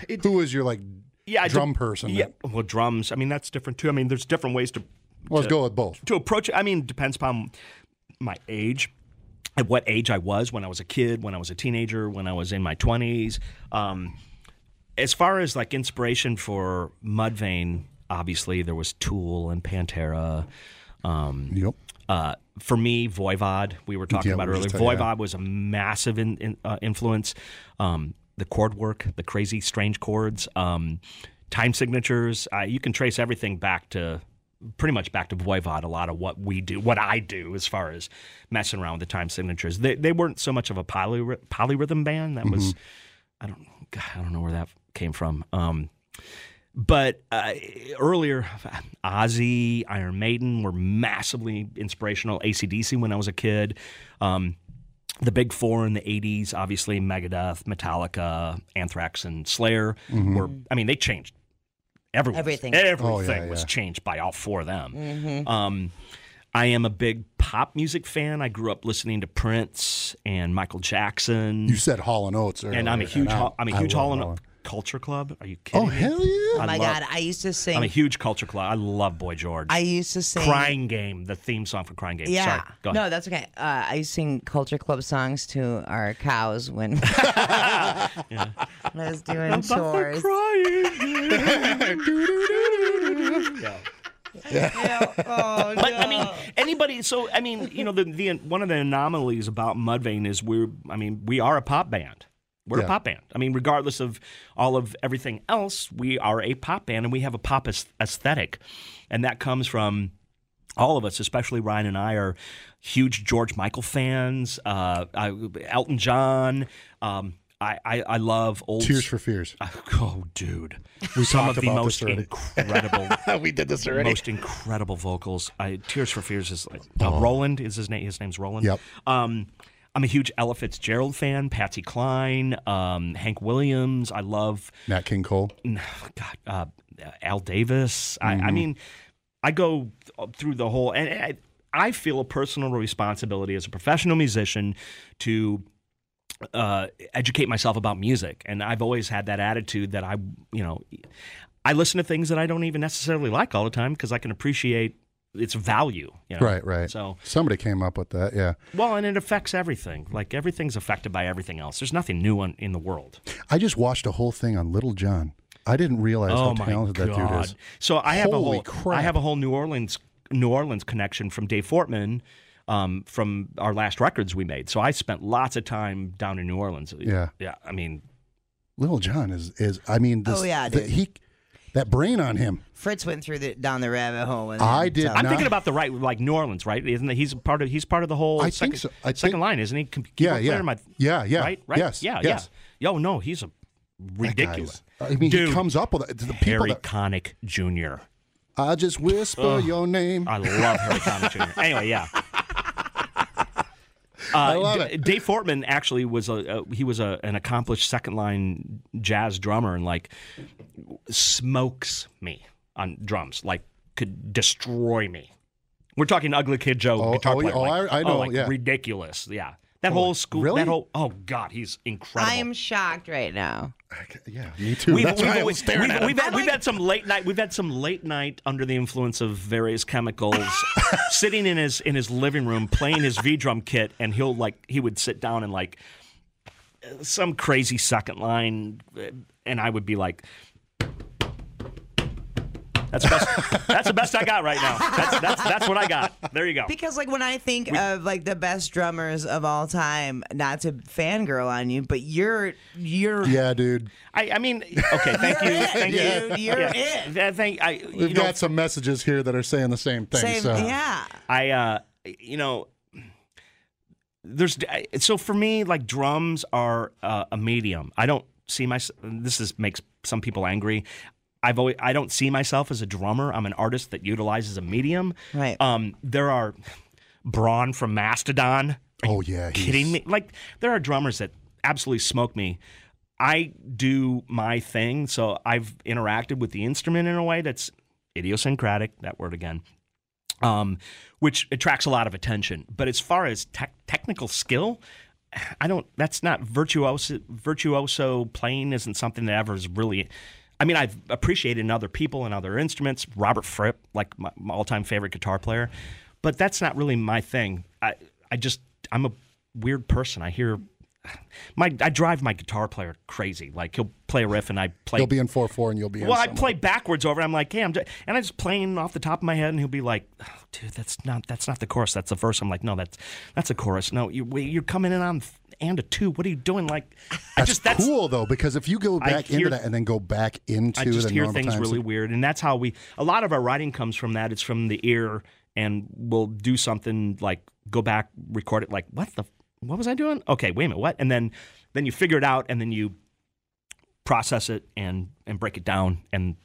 [SPEAKER 3] you? who was your like
[SPEAKER 4] yeah, it
[SPEAKER 3] drum
[SPEAKER 4] de-
[SPEAKER 3] person?
[SPEAKER 4] Yeah,
[SPEAKER 3] that-
[SPEAKER 4] well, drums. I mean, that's different too. I mean, there's different ways to
[SPEAKER 3] well, let's go with both.
[SPEAKER 4] to approach it. I mean, it depends upon my age, at what age I was when I was a kid, when I was a teenager, when I was in my twenties. Um, as far as like inspiration for Mudvayne, obviously there was Tool and Pantera. Um,
[SPEAKER 3] Yep.
[SPEAKER 4] uh, for me, Voivod, we were talking
[SPEAKER 3] Yeah,
[SPEAKER 4] about
[SPEAKER 3] we were
[SPEAKER 4] earlier.
[SPEAKER 3] just
[SPEAKER 4] Voivod
[SPEAKER 3] talking- yeah.
[SPEAKER 4] was a massive in, in, uh, influence. Um, the chord work, the crazy, strange chords, um, time signatures. Uh, you can trace everything back to pretty much back to Voivod. A lot of what we do, what I do, as far as messing around with the time signatures. They, they weren't so much of a poly, polyrhythm band. That was,
[SPEAKER 3] Mm-hmm.
[SPEAKER 4] I don't, God, I don't know where that came from. Um, but uh, earlier, Ozzy, Iron Maiden were massively inspirational. ACDC when I was a kid. Um, the big four in the 80s, obviously Megadeth, Metallica, Anthrax, and Slayer were, I mean, they changed everyone.
[SPEAKER 2] Everything. Mm-hmm.
[SPEAKER 4] Everything
[SPEAKER 3] Mm-hmm. Oh, yeah,
[SPEAKER 4] was
[SPEAKER 3] yeah.
[SPEAKER 4] changed by all four of them. Um, I am a big pop music fan. I grew up listening to Prince and Michael Jackson.
[SPEAKER 3] You said Hall and Oats, earlier,
[SPEAKER 4] and I'm a huge,
[SPEAKER 3] I-
[SPEAKER 4] Hall- I'm a
[SPEAKER 3] I
[SPEAKER 4] huge
[SPEAKER 3] love
[SPEAKER 4] Hall and Culture Club. Are you kidding
[SPEAKER 3] Oh
[SPEAKER 4] me?
[SPEAKER 3] hell yeah!
[SPEAKER 2] Oh my
[SPEAKER 4] love-
[SPEAKER 2] God. I used to
[SPEAKER 4] I'm a
[SPEAKER 2] sing.
[SPEAKER 4] huge culture club. I love Boy George.
[SPEAKER 2] I used to sing.
[SPEAKER 4] Crying Game, the theme song for Crying Game.
[SPEAKER 2] Yeah.
[SPEAKER 4] Sorry. Go ahead.
[SPEAKER 2] no, that's okay. Uh, I sing culture club songs to our cows when, when I was doing chores. Oh,
[SPEAKER 4] But I mean, anybody. So I mean, you know, the, the one of the anomalies about Mudvayne is we're. I mean, we are a pop band. We're
[SPEAKER 3] Yeah.
[SPEAKER 4] a pop band. I mean, regardless of all of everything else, we are a pop band, and we have a pop aes- aesthetic, and that comes from all of us, especially Ryan and I, are huge George Michael fans. Uh, I, Elton John. Um, I, I I love old
[SPEAKER 3] Tears for Fears.
[SPEAKER 4] Oh, dude! Some
[SPEAKER 3] talked
[SPEAKER 4] of the
[SPEAKER 3] about
[SPEAKER 4] most
[SPEAKER 3] this already.
[SPEAKER 4] incredible.
[SPEAKER 7] we did this
[SPEAKER 4] most incredible vocals. I, Tears for Fears is like uh, Roland is his name. His name's Roland.
[SPEAKER 3] Yep.
[SPEAKER 4] Um, I'm a huge Ella Fitzgerald fan. Patsy Cline, um, Hank Williams. I love
[SPEAKER 3] Nat King Cole.
[SPEAKER 4] God, uh, Al Davis. I,
[SPEAKER 3] Mm-hmm.
[SPEAKER 4] I mean, I go th- through the whole, and I, I feel a personal responsibility as a professional musician to uh, educate myself about music, and I've always had that attitude that I, you know, I listen to things that I don't even necessarily like all the time because I can appreciate its value. You know?
[SPEAKER 3] Right, right.
[SPEAKER 4] So,
[SPEAKER 3] somebody came up with that. Yeah.
[SPEAKER 4] well, and it affects everything. Like everything's affected by everything else. There's nothing new in, in the world.
[SPEAKER 3] I just watched a whole thing on Little John. I didn't realize
[SPEAKER 4] Oh
[SPEAKER 3] how
[SPEAKER 4] my
[SPEAKER 3] talented that dude
[SPEAKER 4] God.
[SPEAKER 3] is.
[SPEAKER 4] So I have
[SPEAKER 3] Holy
[SPEAKER 4] a whole
[SPEAKER 3] crap.
[SPEAKER 4] I have a whole New Orleans New Orleans connection from Dave Fortman um, from our last records we made. So I spent lots of time down in New Orleans.
[SPEAKER 3] Yeah.
[SPEAKER 4] Yeah. I mean
[SPEAKER 3] Little John is is. I mean, this,
[SPEAKER 2] Oh, yeah,
[SPEAKER 3] the-
[SPEAKER 2] dude.
[SPEAKER 3] he that brain on him.
[SPEAKER 2] Fritz went through the, down the rabbit hole. With
[SPEAKER 3] I
[SPEAKER 2] him,
[SPEAKER 3] did
[SPEAKER 2] so-
[SPEAKER 4] I'm
[SPEAKER 3] Nah.
[SPEAKER 4] thinking about the right like New Orleans, right? Isn't that he's part of he's part of the whole
[SPEAKER 3] I think
[SPEAKER 4] second,
[SPEAKER 3] so. I
[SPEAKER 4] second
[SPEAKER 3] think-
[SPEAKER 4] line, isn't he? Can- can
[SPEAKER 3] Yeah,
[SPEAKER 4] you
[SPEAKER 3] yeah.
[SPEAKER 4] clear my-
[SPEAKER 3] Yeah, yeah.
[SPEAKER 4] Right, right?
[SPEAKER 3] Yes,
[SPEAKER 4] Yeah,
[SPEAKER 3] yes.
[SPEAKER 4] yeah. Yo, no, he's a
[SPEAKER 3] Guys,
[SPEAKER 4] ridiculous.
[SPEAKER 3] I mean,
[SPEAKER 4] Dude,
[SPEAKER 3] he comes up with it. the people.
[SPEAKER 4] Harry
[SPEAKER 3] That,
[SPEAKER 4] Connick Jr.
[SPEAKER 3] I just whisper your name.
[SPEAKER 4] I love Harry Connick Jr. Anyway, yeah. I
[SPEAKER 3] love it.
[SPEAKER 4] Dave Fortman actually was a, a he was a, an accomplished second line jazz drummer and like smokes me on drums, like could destroy me. We're talking Ugly Kid Joe
[SPEAKER 3] Oh,
[SPEAKER 4] guitar
[SPEAKER 3] oh, yeah.
[SPEAKER 4] player.
[SPEAKER 3] Oh,
[SPEAKER 4] like,
[SPEAKER 3] I- I know,
[SPEAKER 4] like,
[SPEAKER 3] yeah.
[SPEAKER 4] ridiculous. Yeah, that whole school.
[SPEAKER 3] really?
[SPEAKER 4] That whole oh god, he's incredible.
[SPEAKER 2] I am shocked right now.
[SPEAKER 3] yeah, me too.
[SPEAKER 4] We've,
[SPEAKER 3] That's
[SPEAKER 4] we've,
[SPEAKER 3] why I was
[SPEAKER 4] always-
[SPEAKER 3] staring
[SPEAKER 4] we've-
[SPEAKER 3] at him.
[SPEAKER 4] we've had, we've had some late night. We've had some late night under the influence of various chemicals, sitting in his in his living room playing his V drum kit, and he'll like he would sit down and like uh, some crazy second line, uh, and I would be like. That's the best. that's the best I got right now. That's, that's that's what I got. There you go.
[SPEAKER 2] Because like when I think of like the best drummers of all time, not to fangirl on you, but you're you're
[SPEAKER 3] Yeah, dude.
[SPEAKER 4] I, I mean, okay. Thank
[SPEAKER 2] You're
[SPEAKER 4] you.
[SPEAKER 2] it,
[SPEAKER 4] Thank you.
[SPEAKER 2] dude. You're it.
[SPEAKER 4] That thing- I, you
[SPEAKER 3] We've
[SPEAKER 4] know,
[SPEAKER 3] got some messages here that are saying the same thing.
[SPEAKER 2] same.
[SPEAKER 3] so.
[SPEAKER 2] Yeah.
[SPEAKER 4] I, uh, you know, there's I- so for me, like drums are uh, a medium. I don't see my. This is makes some people angry. I've always I don't see myself as a drummer. I'm an artist that utilizes a medium.
[SPEAKER 2] Right.
[SPEAKER 4] Um, there are Braun from Mastodon. Are
[SPEAKER 3] Oh
[SPEAKER 4] you
[SPEAKER 3] yeah. he's-
[SPEAKER 4] kidding me? Like there are drummers that absolutely smoke me. I do my thing, so I've interacted with the instrument in a way that's idiosyncratic. That word again. Um, which attracts a lot of attention. But as far as tech technical skill, I don't. That's not virtuoso. Virtuoso playing isn't something that ever is really. I mean, I've appreciated in other people and other instruments. Robert Fripp, like my, my all-time favorite guitar player, but that's not really my thing. I I just I'm a weird person. I hear my I drive my guitar player crazy. Like he'll play a riff and I play
[SPEAKER 3] You'll be in four four, and you'll be. in
[SPEAKER 4] well, I
[SPEAKER 3] some-
[SPEAKER 4] play backwards over. it. I'm like, hey, I'm, j-" and I'm just playing off the top of my head, and he'll be like, oh, dude, that's not that's not the chorus, that's the verse. I'm like, no, that's that's a chorus. No, you, wait, you're coming in on th- and a two. What are you doing? Like, I
[SPEAKER 3] That's
[SPEAKER 4] just that's
[SPEAKER 3] cool though, because if you go
[SPEAKER 4] I
[SPEAKER 3] back
[SPEAKER 4] hear-
[SPEAKER 3] into that and then go back into
[SPEAKER 4] I just
[SPEAKER 3] the
[SPEAKER 4] hear
[SPEAKER 3] normal
[SPEAKER 4] things
[SPEAKER 3] times,
[SPEAKER 4] really weird, and that's how we. A lot of our writing comes from that. It's from the ear, and we'll do something like go back, record it. Like, what the? What was I doing? Okay, wait a minute, what? And then, then you figure it out, and then you process it and and break it down, and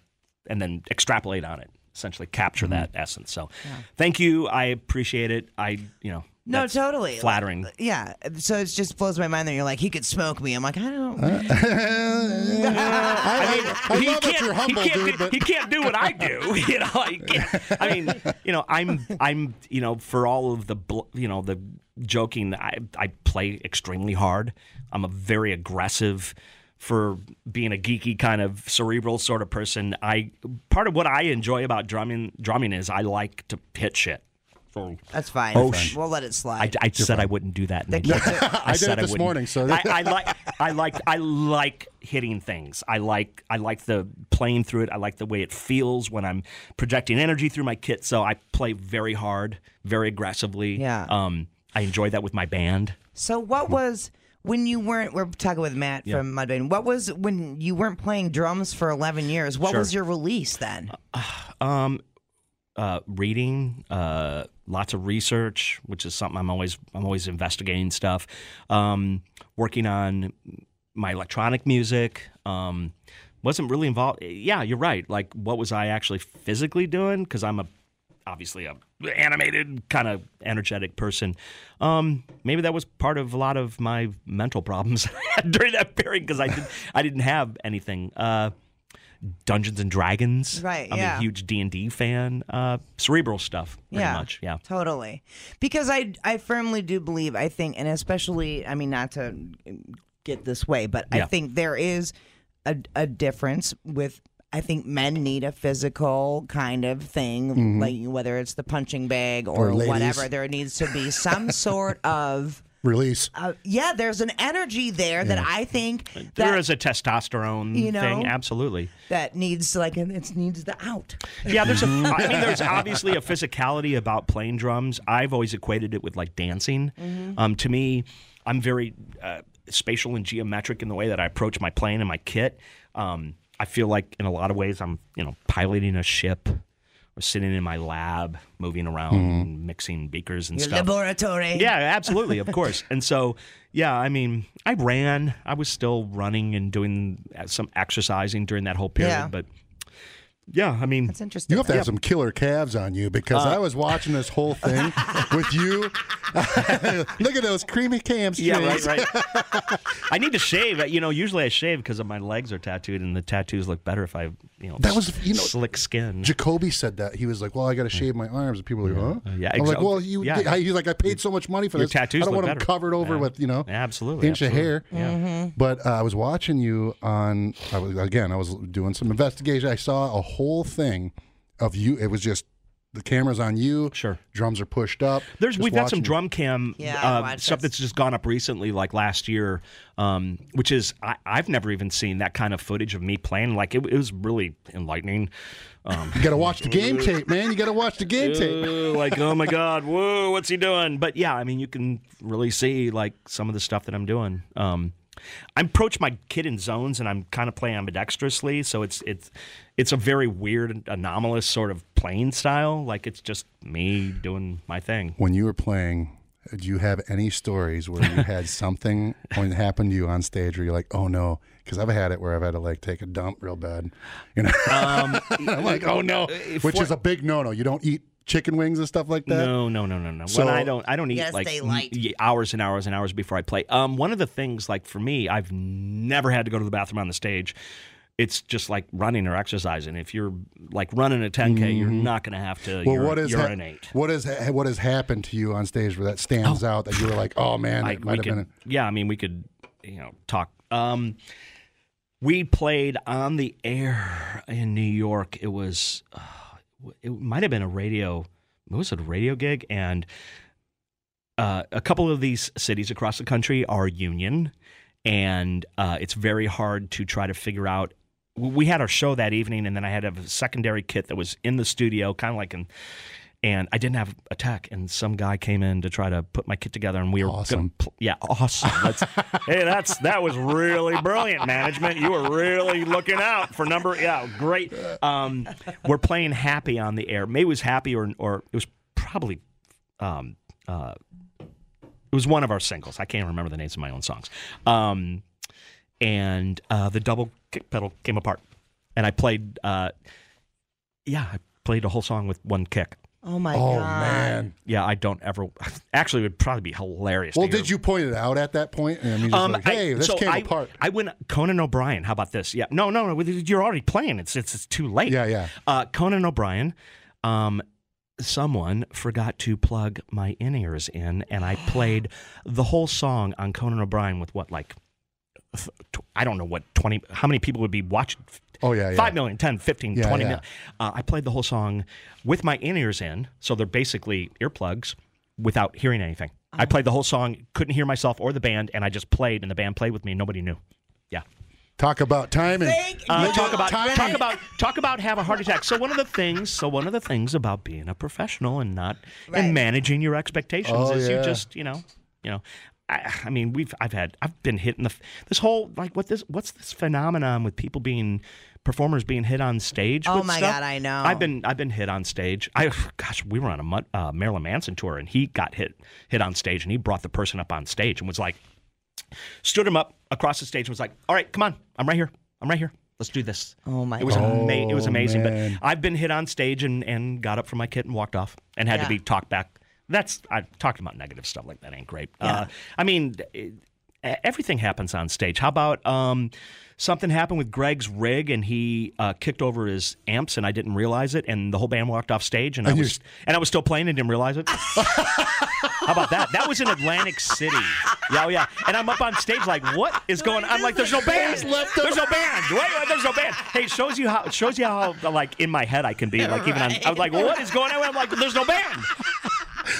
[SPEAKER 4] and then extrapolate on it. Essentially, capture that essence. So, thank you. I appreciate it. I you know.
[SPEAKER 2] No,
[SPEAKER 4] that's
[SPEAKER 2] totally.
[SPEAKER 4] Flattering.
[SPEAKER 2] Yeah. So it just blows my mind that you're like, he could smoke me. I'm like, I don't.
[SPEAKER 3] I, I, I
[SPEAKER 4] he
[SPEAKER 3] love that
[SPEAKER 4] can't-
[SPEAKER 3] you're humble,
[SPEAKER 4] he can't
[SPEAKER 3] dude.
[SPEAKER 4] do,
[SPEAKER 3] But
[SPEAKER 4] he can't do what I do. You know, he can't. I mean, you know, I'm, I'm, you know, for all of the, bl- you know, the joking, I, I play extremely hard. I'm a very aggressive for being a geeky kind of cerebral sort of person. I part of what I enjoy about drumming, drumming is I like to hit shit. So
[SPEAKER 2] That's fine.
[SPEAKER 4] Oh, sh-
[SPEAKER 2] we'll let it
[SPEAKER 4] I,
[SPEAKER 2] slide.
[SPEAKER 4] I said I wouldn't do that. and I can't.
[SPEAKER 3] I did
[SPEAKER 4] said
[SPEAKER 3] it this
[SPEAKER 4] wouldn't.
[SPEAKER 3] morning, so-
[SPEAKER 4] I, I like I like I like hitting things. I like I like the playing through it. I like the way it feels when I'm projecting energy through my kit. So I play very hard, very aggressively.
[SPEAKER 2] Yeah.
[SPEAKER 4] Um, I enjoy that with my band.
[SPEAKER 2] so what was when you weren't? We're talking with Matt from Mudvayne. What was when you weren't playing drums for 11 years? What was your release then?
[SPEAKER 4] uh, reading, uh, lots of research, which is something I'm always I'm always investigating stuff. Um, working on my electronic music. Um, wasn't really involved. Yeah, you're right. Like, what was I actually physically doing? Because I'm a obviously a animated kind of energetic person. Um, maybe that was part of a lot of my mental problems during that period because I did I didn't have anything. Uh, Dungeons and Dragons.
[SPEAKER 2] Right,
[SPEAKER 4] I'm
[SPEAKER 2] yeah.
[SPEAKER 4] a huge D and D fan. Uh, cerebral stuff, pretty
[SPEAKER 2] yeah,
[SPEAKER 4] much. Yeah.
[SPEAKER 2] totally. Because I, I firmly do believe. I think, and especially, I mean, not to get this way, but I
[SPEAKER 4] Yeah.
[SPEAKER 2] think there is a, a difference with. I think men need a physical kind of thing,
[SPEAKER 4] Mm-hmm.
[SPEAKER 2] like whether it's the punching bag or,
[SPEAKER 3] Or ladies.
[SPEAKER 2] whatever. There needs to be some sort of.
[SPEAKER 3] release.
[SPEAKER 2] Uh, yeah, there's an energy there that I think that,
[SPEAKER 4] There is a testosterone
[SPEAKER 2] You know?
[SPEAKER 4] thing, absolutely.
[SPEAKER 2] that needs like and it needs the out.
[SPEAKER 4] Yeah, there's a. I mean, there's obviously a physicality about playing drums. I've always equated it with like dancing. Um, to me, I'm very uh, spatial and geometric in the way that I approach my playing and my kit. Um, I feel like in a lot of ways I'm, you know, piloting a ship or sitting in my lab, moving around, and mixing beakers and
[SPEAKER 2] Your
[SPEAKER 4] stuff.
[SPEAKER 2] laboratory.
[SPEAKER 4] Yeah, absolutely, of course. And so, yeah, I mean, I ran. I was still running and doing uh, some exercising during that whole period.
[SPEAKER 2] Yeah.
[SPEAKER 4] But yeah, I mean,
[SPEAKER 2] It's interesting.
[SPEAKER 3] You have to have some killer calves on you because
[SPEAKER 4] Uh,
[SPEAKER 3] I was watching this whole thing with you. Look at those creamy cams.
[SPEAKER 4] yeah, right, right. I need to shave. You know, usually I shave because my legs are tattooed, and the tattoos look better if I, you know,
[SPEAKER 3] That was- you know-
[SPEAKER 4] slick skin.
[SPEAKER 3] Jacoby said that he was like, "Well, I got to shave my arms," and people are like, "Huh?"
[SPEAKER 4] Yeah,
[SPEAKER 3] I'm like,
[SPEAKER 4] exactly.
[SPEAKER 3] "Well, you."
[SPEAKER 4] Yeah.
[SPEAKER 3] I- He's like, "I paid so much money for
[SPEAKER 4] Your
[SPEAKER 3] this.
[SPEAKER 4] tattoos
[SPEAKER 3] I don't
[SPEAKER 4] look
[SPEAKER 3] want them
[SPEAKER 4] better."
[SPEAKER 3] covered over
[SPEAKER 4] Yeah.
[SPEAKER 3] with you know,
[SPEAKER 4] Absolutely,
[SPEAKER 3] inch
[SPEAKER 4] absolutely.
[SPEAKER 3] of hair." But uh, I was watching you on. I was again. I was doing some investigation. I saw a whole thing of you. It was just the camera's on you.
[SPEAKER 4] Sure.
[SPEAKER 3] Drums are pushed up.
[SPEAKER 4] There's
[SPEAKER 3] Just
[SPEAKER 4] we've got some
[SPEAKER 3] watching-
[SPEAKER 4] drum cam
[SPEAKER 2] Yeah, I
[SPEAKER 4] uh,
[SPEAKER 2] watched
[SPEAKER 4] stuff
[SPEAKER 2] this.
[SPEAKER 4] that's just gone up recently, like last year, um, which is I, I've never even seen that kind of footage of me playing. Like it, it was really enlightening. Um,
[SPEAKER 3] You gotta watch the game tape, man. You gotta watch the game tape.
[SPEAKER 4] Ooh, like oh my god, whoa, what's he doing? But yeah, I mean you can really see like some of the stuff that I'm doing. Um, I approach my kid in zones, and I'm kind of playing ambidextrously, so it's it's it's a very weird, anomalous sort of playing style. Like it's just me doing my thing.
[SPEAKER 3] When you were playing, uh, do you have any stories where you had something when it happened to you on stage where you're like, oh no? Because I've had it where I've had to like take a dump real bad. You know,
[SPEAKER 4] Um,
[SPEAKER 3] I'm like, oh no, which is a big no no. You don't eat chicken wings and stuff like that.
[SPEAKER 4] No, no, no, no, no.
[SPEAKER 3] So-
[SPEAKER 4] when I don't, I don't eat
[SPEAKER 2] gotta
[SPEAKER 4] like
[SPEAKER 2] stay light.
[SPEAKER 4] n- y- hours and hours and hours before I play. Um, one of the things, like for me, I've never had to go to the bathroom on the stage. It's just like running or exercising. If you're like running a 10k, you're not going to have to
[SPEAKER 3] Mm-hmm. Well,
[SPEAKER 4] ur-
[SPEAKER 3] what is ha-
[SPEAKER 4] urinate.
[SPEAKER 3] what is ha- what has happened to you on stage where that stands out that you were like, oh man,
[SPEAKER 4] I-
[SPEAKER 3] it might
[SPEAKER 4] we
[SPEAKER 3] have
[SPEAKER 4] could,
[SPEAKER 3] been. a-
[SPEAKER 4] yeah, I mean, we could, you know, talk. Um, we played on the air in New York. It was, uh, it might have been a radio, it was a radio gig, and uh, a couple of these cities across the country are union, and uh, it's very hard to try to figure out. We had our show that evening, and then I had a secondary kit that was in the studio, kind of like an. And I didn't have a tech, and some guy came in to try to put my kit together, and we were
[SPEAKER 3] Awesome.
[SPEAKER 4] gonna, pl- yeah, awesome. That's, hey, that's that was really brilliant management. You were really looking out for number, yeah, great. Um, we're playing Happy on the air. May was Happy, or or it was probably um, uh, it was one of our singles. I can't remember the names of my own songs. Um, and uh, the double kick pedal came apart, and I played. Uh, yeah, I played a whole song with one kick.
[SPEAKER 2] Oh my
[SPEAKER 3] Oh
[SPEAKER 2] god.
[SPEAKER 3] man.
[SPEAKER 4] Yeah, I don't ever. Actually, it would probably be hilarious. to
[SPEAKER 3] Well,
[SPEAKER 4] hear.
[SPEAKER 3] did you point it out at that point? I mean, just
[SPEAKER 4] Um,
[SPEAKER 3] like,
[SPEAKER 4] I-
[SPEAKER 3] hey, this
[SPEAKER 4] so
[SPEAKER 3] came
[SPEAKER 4] I,
[SPEAKER 3] apart.
[SPEAKER 4] I went Conan O'Brien. How about this? Yeah, no, no, no. You're already playing. It's it's, it's too late.
[SPEAKER 3] Yeah, yeah.
[SPEAKER 4] Uh, Conan O'Brien. Um, someone forgot to plug my in ears in, and I played the whole song on Conan O'Brien with what like. th- tw- I don't know what 20, how many people would be watching?
[SPEAKER 3] Oh, yeah, yeah.
[SPEAKER 4] 5 million, 10, 15,
[SPEAKER 3] Yeah,
[SPEAKER 4] 20
[SPEAKER 3] yeah.
[SPEAKER 4] mil- Uh, I played the whole song with my in ears in, so they're basically earplugs without hearing anything.
[SPEAKER 3] Uh-huh.
[SPEAKER 4] I played the whole song, couldn't hear myself or the band, and I just played, and the band played with me. Nobody knew. Yeah.
[SPEAKER 3] Talk about timing.
[SPEAKER 2] Thank
[SPEAKER 4] Uh,
[SPEAKER 2] you.
[SPEAKER 4] talk about
[SPEAKER 2] Timing.
[SPEAKER 4] talk about talk about have a heart attack. So one of the things, so one of the things about being a professional and not
[SPEAKER 2] Right.
[SPEAKER 4] and managing your expectations
[SPEAKER 3] Oh,
[SPEAKER 4] is
[SPEAKER 3] yeah.
[SPEAKER 4] you just you know you know. I, I mean, we've I've had I've been hit in the f- this whole like what this what's this phenomenon with people being performers being hit on stage.
[SPEAKER 2] Oh
[SPEAKER 4] with
[SPEAKER 2] my
[SPEAKER 4] stuff?
[SPEAKER 2] God, I know.
[SPEAKER 4] I've been I've been hit on stage. I gosh, we were on a Mon- uh, Marilyn Manson tour and he got hit hit on stage and he brought the person up on stage and was like stood him up across the stage and was like, "All right, come on, I'm right here, I'm right here, let's do this."
[SPEAKER 2] Oh my
[SPEAKER 4] It was
[SPEAKER 2] God.
[SPEAKER 4] ama- it was
[SPEAKER 3] Oh,
[SPEAKER 4] amazing.
[SPEAKER 3] man.
[SPEAKER 4] But I've been hit on stage and and got up from my kit and walked off and had
[SPEAKER 2] Yeah.
[SPEAKER 4] to be talked back. That's I talked about negative stuff like that ain't great. Uh, I mean. It, Everything happens on stage. How about um, something happened with Greg's rig and he uh, kicked over his amps and I didn't realize it and the whole band walked off stage and, I
[SPEAKER 3] And you
[SPEAKER 4] was
[SPEAKER 3] s-
[SPEAKER 4] and I was still playing and didn't realize it. How about that? That was in Atlantic City. Yeah, oh yeah. And I'm up on stage like, what is going on? I'm like, there's no band. There's no band. Wait, wait, there's no band. Hey, it shows you how it shows you how like in my head I can be. Like even on, I was like, what is going on? I'm like, there's no band.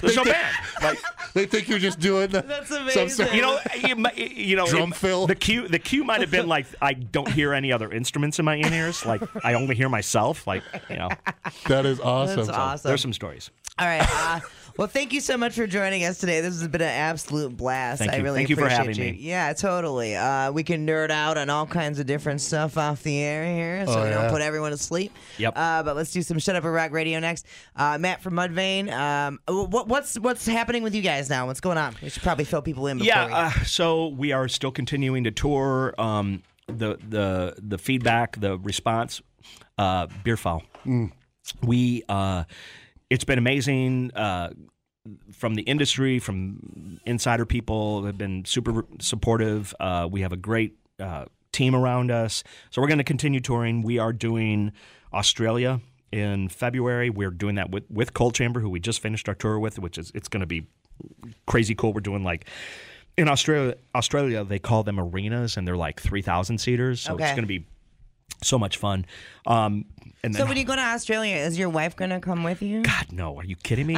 [SPEAKER 4] There's no band. Like
[SPEAKER 3] They think you're just doing the,
[SPEAKER 2] That's
[SPEAKER 3] some sort-
[SPEAKER 2] amazing.
[SPEAKER 4] you know, you, mi- you know,
[SPEAKER 3] Drum
[SPEAKER 4] it-
[SPEAKER 3] fill.
[SPEAKER 4] The cue, the cue might have been like, I don't hear any other instruments in my in ears. Like I only hear myself. Like you know,
[SPEAKER 3] That is awesome.
[SPEAKER 2] That's awesome.
[SPEAKER 4] there's some stories.
[SPEAKER 2] All right. Uh, well, thank you so much for joining us today. This has been an absolute blast.
[SPEAKER 4] Thank
[SPEAKER 2] I
[SPEAKER 4] you.
[SPEAKER 2] really
[SPEAKER 4] Thank you for
[SPEAKER 2] appreciate
[SPEAKER 4] having
[SPEAKER 2] you.
[SPEAKER 4] me.
[SPEAKER 2] Yeah, totally. Uh, we can nerd out on all kinds of different stuff off the air here, so
[SPEAKER 3] Oh,
[SPEAKER 2] we
[SPEAKER 3] yeah.
[SPEAKER 2] don't put everyone to sleep.
[SPEAKER 4] Yep.
[SPEAKER 2] Uh, but let's do some shut up and rock radio next. Uh, Matt from Mudvayne. Um, what, what's what's happening with you guys now? What's going on? We should probably fill people in. Before
[SPEAKER 4] yeah
[SPEAKER 2] we-
[SPEAKER 4] uh, so we are still continuing to tour um, the the the feedback the response uh beerfowl we uh it's been amazing uh from the industry, from insider people have been super supportive. Uh, we have a great uh, team around us, so we're going to continue touring. We are doing Australia in February. We're doing that with with Cold Chamber, who we just finished our tour with, which is it's going to be crazy cool. We're doing like. In Australia, Australia, they call them arenas, and they're like three thousand seaters. So
[SPEAKER 2] Okay.
[SPEAKER 4] it's going to be So much fun. Um, and then,
[SPEAKER 2] So when you go to Australia, is your wife gonna come with you?
[SPEAKER 4] God, no, are you kidding me?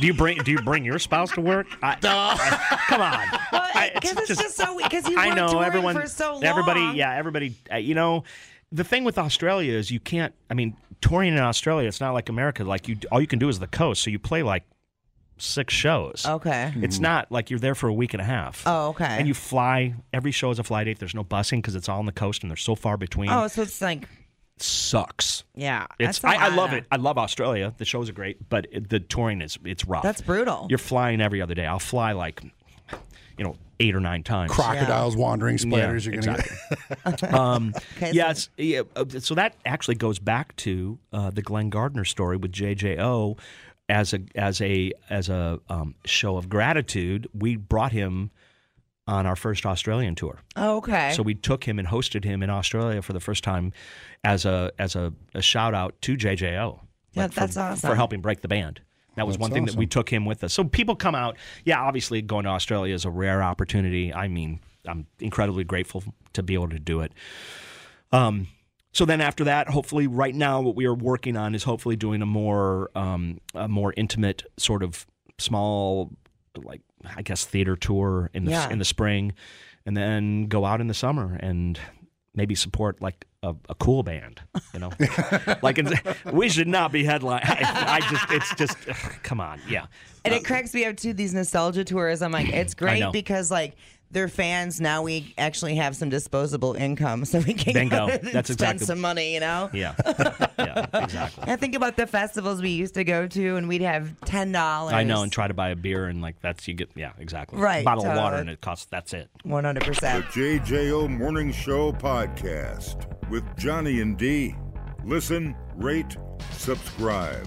[SPEAKER 4] do you bring Do you bring your spouse to work? I, I- come on. I-
[SPEAKER 2] Because it's just so because you
[SPEAKER 4] I
[SPEAKER 2] were
[SPEAKER 4] know
[SPEAKER 2] touring
[SPEAKER 4] everyone.
[SPEAKER 2] for so long.
[SPEAKER 4] Everybody, yeah, everybody. Uh, you know, the thing with Australia is you can't. I mean, touring in Australia, it's not like America. Like you, all you can do is the coast. So you play like six shows.
[SPEAKER 2] Okay.
[SPEAKER 4] It's not like you're there for a week and a half.
[SPEAKER 2] Oh, okay.
[SPEAKER 4] And you fly. Every show is a fly date. There's no busing because it's all on the coast and they're so far between.
[SPEAKER 2] Oh, so it's like
[SPEAKER 4] sucks.
[SPEAKER 2] yeah.
[SPEAKER 4] It's
[SPEAKER 2] that's a
[SPEAKER 4] I, I
[SPEAKER 2] lot
[SPEAKER 4] love
[SPEAKER 2] of-
[SPEAKER 4] it. I love Australia. The shows are great, but it, the touring is it's rough.
[SPEAKER 2] That's brutal.
[SPEAKER 4] You're flying every other day. I'll fly like, you know, eight or nine times.
[SPEAKER 3] Crocodiles, wandering spiders.
[SPEAKER 4] Yeah,
[SPEAKER 3] you're gonna
[SPEAKER 4] exactly. um,
[SPEAKER 2] Okay, so-
[SPEAKER 4] yes, yeah, uh, so that actually goes back to uh, the Glenn Gardner story with JJO. As a as a as a um, show of gratitude, we brought him on our first Australian tour.
[SPEAKER 2] Oh, okay.
[SPEAKER 4] So we took him and hosted him in Australia for the first time as a as a, a shout out to JJO.
[SPEAKER 2] Yeah,
[SPEAKER 4] for-
[SPEAKER 2] that's awesome.
[SPEAKER 4] for helping break the band. That was one thing that we took him with us. So people come out. Yeah, obviously going to Australia is a rare opportunity. I mean, I'm incredibly grateful to be able to do it. Um, so then after that, hopefully, right now, what we are working on is hopefully doing a more um, a more intimate sort of small, like I guess theater tour in the
[SPEAKER 2] Yeah.
[SPEAKER 4] in the spring, and then go out in the summer and maybe support like a, a cool band. You know, like it's- we should not be headline. I, I just it's just ugh, come on, yeah.
[SPEAKER 2] and it cracks me up too. These nostalgia tours. I'm like, it's
[SPEAKER 4] uh, know.
[SPEAKER 2] great because like they're fans. Now we actually have some disposable income, so we can go
[SPEAKER 4] Bingo.
[SPEAKER 2] and
[SPEAKER 4] That's
[SPEAKER 2] spend
[SPEAKER 4] exactly-
[SPEAKER 2] some money. You know.
[SPEAKER 4] Yeah, yeah, exactly.
[SPEAKER 2] I think about the festivals we used to go to, and we'd have ten dollars.
[SPEAKER 4] I know, and try to buy a beer and like that's you get yeah exactly
[SPEAKER 2] Right,
[SPEAKER 4] bottle of water
[SPEAKER 2] totally.
[SPEAKER 4] and it costs that's it.
[SPEAKER 2] one hundred
[SPEAKER 1] The
[SPEAKER 2] percent.
[SPEAKER 1] JJO Morning Show podcast with Johnny and D. Listen, rate, subscribe.